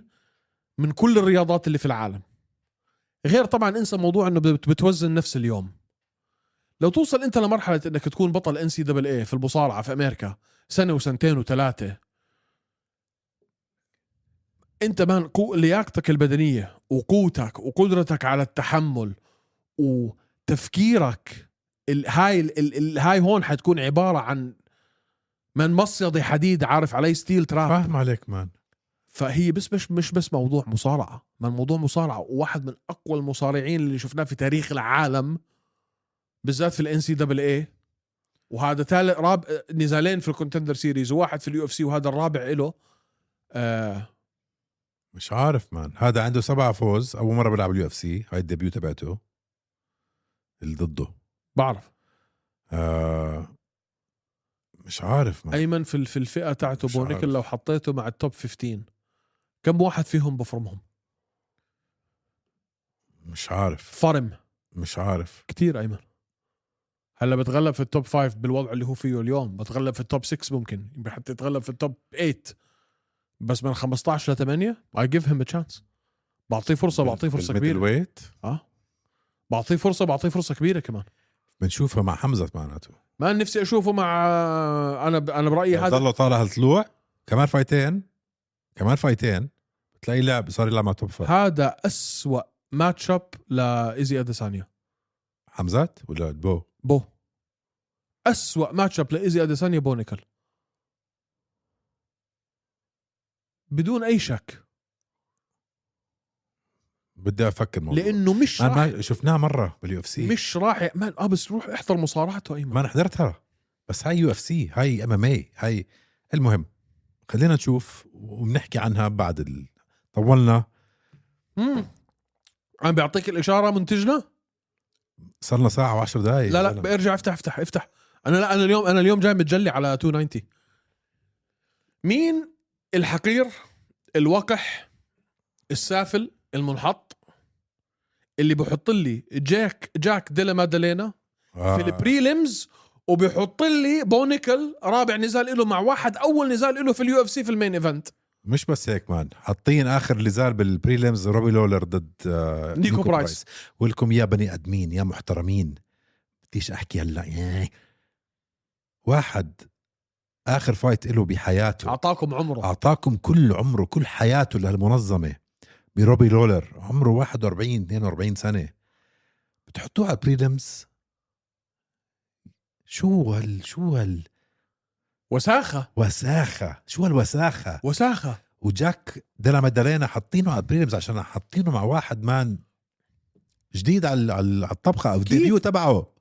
B: من كل الرياضات اللي في العالم غير طبعا انسى موضوع انه بت- بتوزن نفس اليوم لو توصل انت لمرحله انك تكون بطل ان سي دبل اي في المصارعه في امريكا سنه وسنتين وثلاثه انت مان قو- لياقتك البدنيه وقوتك وقدرتك على التحمل وتفكيرك ال- هاي ال- ال- ال- هاي هون حتكون عباره عن من مصيدي حديد عارف علي ستيل تراب
A: فاهم عليك مان
B: فهي بس مش مش بس موضوع مصارعه ما الموضوع مصارعه وواحد من اقوى المصارعين اللي شفناه في تاريخ العالم بالذات في الان سي دبل اي وهذا ثالث راب نزالين في الكونتندر سيريز وواحد في اليو اف سي وهذا الرابع له آه
A: مش عارف مان هذا عنده سبعة فوز اول مره بيلعب اليو اف سي هاي الديبيو تبعته اللي ضده
B: بعرف
A: آه مش عارف مان
B: ايمن في في الفئه تاعته
A: مش عارف.
B: بونيكل لو حطيته مع التوب 15 كم واحد فيهم بفرمهم
A: مش عارف
B: فرم
A: مش عارف
B: كتير ايمن هلا بتغلب في التوب 5 بالوضع اللي هو فيه اليوم بتغلب في التوب 6 ممكن حتى يتغلب في التوب 8 بس من 15 ل 8 اي جيف هيم تشانس بعطيه فرصه بعطيه فرصه كبيره
A: ويت
B: اه بعطيه فرصه بعطيه فرصه كبيره كمان
A: بنشوفها مع حمزه معناته يعني
B: ما نفسي اشوفه مع انا ب... انا برايي هذا
A: ضلوا طالع هالطلوع كمان فايتين كمان فايتين بتلاقي لا صار يلعب مع توب فايف
B: هذا اسوأ ماتش اب لايزي اديسانيا
A: حمزات ولا بو
B: بو أسوأ ماتش اب لايزي اديسانيا بونيكل بدون اي شك
A: بدي افكر الموضوع
B: لانه مش
A: مان
B: راح
A: ما شفناه مره باليو اف سي
B: مش راح مان اه بس روح احضر مصارعته ايمن
A: ما انا حضرتها بس هاي يو اف سي هاي ام ام اي هاي المهم خلينا نشوف وبنحكي عنها بعد ال... طولنا
B: مم. عم بيعطيك الاشاره منتجنا
A: صرنا ساعه و10 دقائق
B: لا لا ارجع افتح افتح افتح انا لا انا اليوم انا اليوم جاي متجلي على 290 مين الحقير الوقح السافل المنحط اللي بحط لي جاك جاك ديلا مادالينا
A: آه.
B: في البريليمز وبيحط لي بونيكل رابع نزال له مع واحد اول نزال له في اليو اف سي في المين ايفنت
A: مش بس هيك مان حاطين اخر نزال بالبريليمز روبي لولر ضد آه
B: نيكو برايس.
A: ولكم يا بني ادمين يا محترمين بديش احكي هلا ياي. واحد اخر فايت له بحياته
B: اعطاكم عمره
A: اعطاكم كل عمره كل حياته لهالمنظمه بروبي لولر عمره 41 42 سنه بتحطوه على البريليمز شو هال شو هال
B: وساخه
A: وساخه شو هالوساخه
B: وساخه
A: وجاك ديلا مادالينا حاطينه على بريليمز عشان حاطينه مع واحد مان جديد على على على الطبخه او
B: كيف؟
A: الديبيو تبعه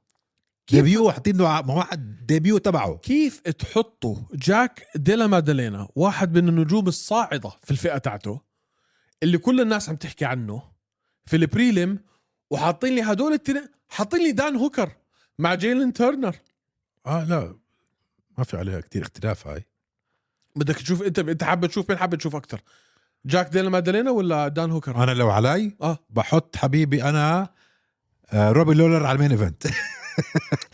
B: كيف؟
A: ديبيو حاطينه ع- مع واحد ديبيو تبعه
B: كيف تحطوا جاك ديلا مادالينا واحد من النجوم الصاعدة في الفئة تاعته اللي كل الناس عم تحكي عنه في البريلم وحاطين لي هدول التنين حاطين لي دان هوكر مع جيلين تيرنر
A: اه لا ما في عليها كتير اختلاف هاي
B: بدك تشوف انت انت حابب تشوف مين حابب تشوف اكثر جاك ديلا مادالينا ولا دان هوكر
A: انا لو علي
B: اه
A: بحط حبيبي انا آه، روبي لولر على المين ايفنت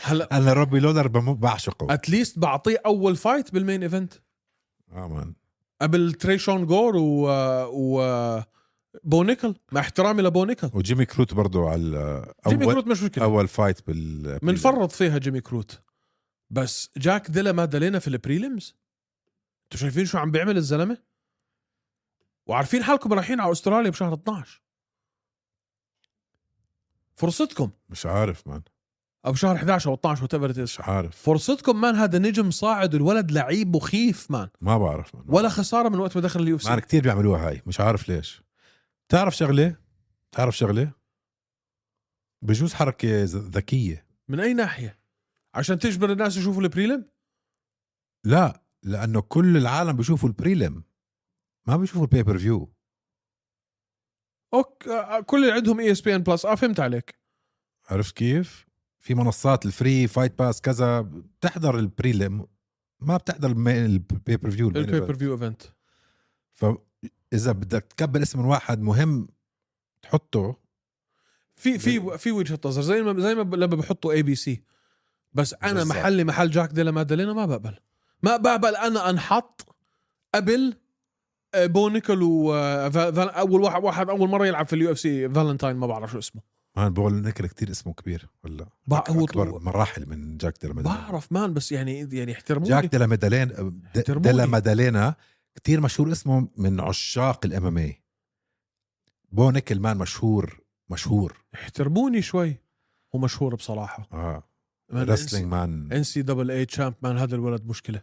B: هلا
A: انا روبي لولر بمو- بعشقه
B: اتليست بعطيه اول فايت بالمين ايفنت
A: اه مان
B: قبل تريشون جور و, و... بونيكل مع احترامي لبونيكل
A: وجيمي كروت برضو على
B: جيمي
A: اول
B: كروت مش مشكله
A: اول فايت بال
B: منفرط فيها جيمي كروت بس جاك ديلا ما دلينا في البريليمز انتوا شايفين شو عم بيعمل الزلمه وعارفين حالكم رايحين على استراليا بشهر 12 فرصتكم
A: مش عارف مان
B: او بشهر 11 او 12 وات
A: مش عارف
B: فرصتكم مان هذا نجم صاعد والولد لعيب مخيف مان
A: ما بعرف مان
B: ولا خساره من وقت ما دخل اليو
A: معنا
B: سي
A: كثير بيعملوها هاي مش عارف ليش تعرف شغله تعرف شغله بجوز حركه ز- ذكيه
B: من اي ناحيه عشان تجبر الناس يشوفوا البريلم
A: لا لانه كل العالم بيشوفوا البريلم ما بيشوفوا البيبر فيو
B: اوك آه، كل اللي عندهم اي اس بي ان بلس اه فهمت عليك
A: عرفت كيف في منصات الفري فايت باس كذا بتحضر البريلم ما بتحضر البيبر فيو
B: البيبر فيو ايفنت
A: فاذا بدك تكبر اسم من واحد مهم تحطه
B: في في في وجهه نظر زي ما زي ما ب- لما بحطوا اي بي سي بس انا
A: بالظبط.
B: محلي محل جاك ديلا مادالينا ما بقبل ما بقبل انا انحط قبل آه، بونيكل و آه، فا- فا- اول واحد واحد اول مره يلعب في اليو اف سي فالنتاين ما بعرف شو اسمه
A: هان بول نكر كتير اسمه كبير ولا
B: بع-
A: أك-
B: هو
A: اكبر
B: طو-
A: مراحل من جاك ديلا ميدالين
B: بعرف مان بس يعني يعني احترموني
A: جاك ديلا ميدالين
B: احترموني.
A: ديلا ميدالينا كتير مشهور اسمه من عشاق الام ام اي إيه. بو نيكل مان مشهور مشهور
B: احترموني شوي هو مشهور بصراحه
A: اه رسلينج مان
B: ان سي دبل اي تشامب مان هذا الولد مشكله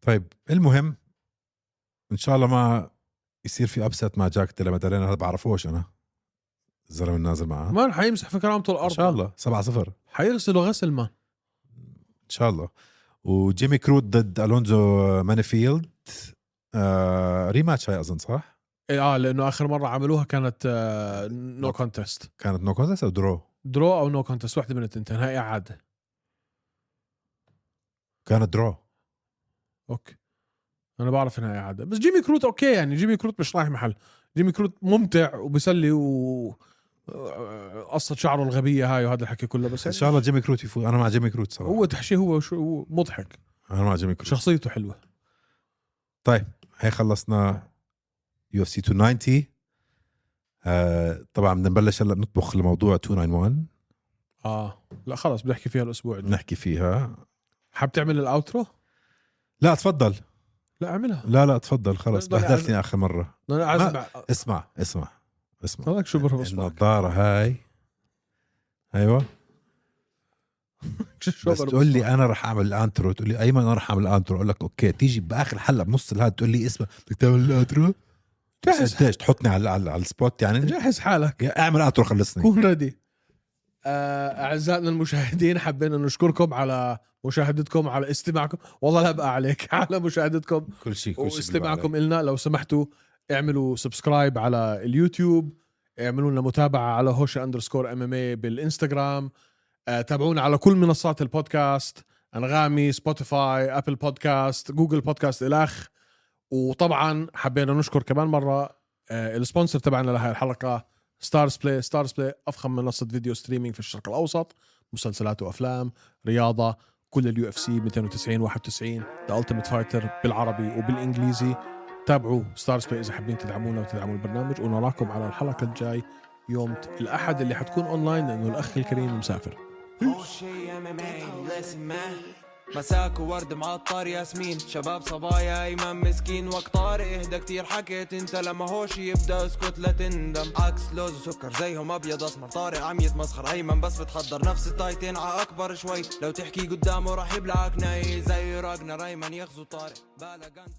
A: طيب المهم ان شاء الله ما يصير في ابست مع جاك ديلا ميدالينا هذا بعرفوش انا الزلمه النازل معاه
B: مان حيمسح في كرامته الارض
A: ان أه. شاء الله 7 0
B: حيغسله غسل مان
A: ان شاء الله وجيمي كروت ضد الونزو مانيفيلد آه ريماتش هاي اظن صح؟
B: إيه، اه لانه اخر مره عملوها كانت آه، نو كونتست
A: كانت نو كونتست او درو
B: درو او نو كونتست واحده من التنتين هاي اعاده
A: كانت درو
B: اوكي انا بعرف انها اعاده بس جيمي كروت اوكي يعني جيمي كروت مش رايح محل جيمي كروت ممتع وبسلي و آه، قصة شعره الغبية هاي وهذا الحكي كله بس
A: ان
B: يعني
A: شاء الله جيمي كروت يفوز انا مع جيمي كروت صراحه
B: هو تحشيه هو شو- هو مضحك
A: انا مع جيمي كروت
B: شخصيته حلوة
A: طيب هي خلصنا يو اف سي 290 آه طبعا بدنا نبلش هلا نطبخ لموضوع 291
B: اه لا خلاص بنحكي فيها الاسبوع اللي
A: نحكي فيها
B: حاب تعمل الاوترو؟
A: لا تفضل
B: لا اعملها
A: لا لا تفضل خلص
B: ضل-
A: بهدلتني اخر مره
B: انا عازم
A: اسمع اسمع اسمع
B: هذاك شو برهب اصبعك
A: النظاره هاي ايوه
B: شو
A: بس
B: برهب
A: تقول
B: إصبعك؟
A: لي انا رح اعمل الانترو تقول لي ايمن انا رح اعمل الانترو اقول لك اوكي تيجي باخر حلقه بنص الهاد تقول لي اسمع بدك تعمل الانترو
B: جهز
A: قديش تحطني على على, على السبوت يعني
B: جهز حالك
A: اعمل انترو خلصني
B: كون ريدي اعزائنا آه، المشاهدين حبينا نشكركم على مشاهدتكم على استماعكم والله لا بقى عليك على مشاهدتكم
A: كل شيء
B: واستماعكم إلنا لو سمحتوا اعملوا سبسكرايب على اليوتيوب اعملوا لنا متابعه على هوشة اندرسكور ام ام اي بالانستغرام آه، تابعونا على كل منصات البودكاست انغامي سبوتيفاي ابل بودكاست جوجل بودكاست الخ وطبعا حبينا نشكر كمان مره آه، السبونسر تبعنا لهي الحلقه ستارز بلاي ستارز بلاي افخم منصه فيديو ستريمينج في الشرق الاوسط مسلسلات وافلام رياضه كل اليو اف سي 290 91 ذا التيمت فايتر بالعربي وبالانجليزي تابعوا ستارز بلاي اذا حابين تدعمونا وتدعموا البرنامج ونراكم على الحلقه الجاي يوم الاحد اللي حتكون اونلاين لانه الاخ الكريم مسافر
C: هوشي MMA listen man مساك وورد معطر ياسمين شباب صبايا ايمن مسكين وقت طارق اهدى كتير حكيت انت لما هوش يبدا اسكت لا تندم عكس لوز وسكر زيهم ابيض اسمر طارق عم يتمسخر ايمن بس بتحضر نفس التايتين ع اكبر شوي لو تحكي قدامه راح يبلعك ناي زي راجنا ريمان يغزو طارق بالا غنزو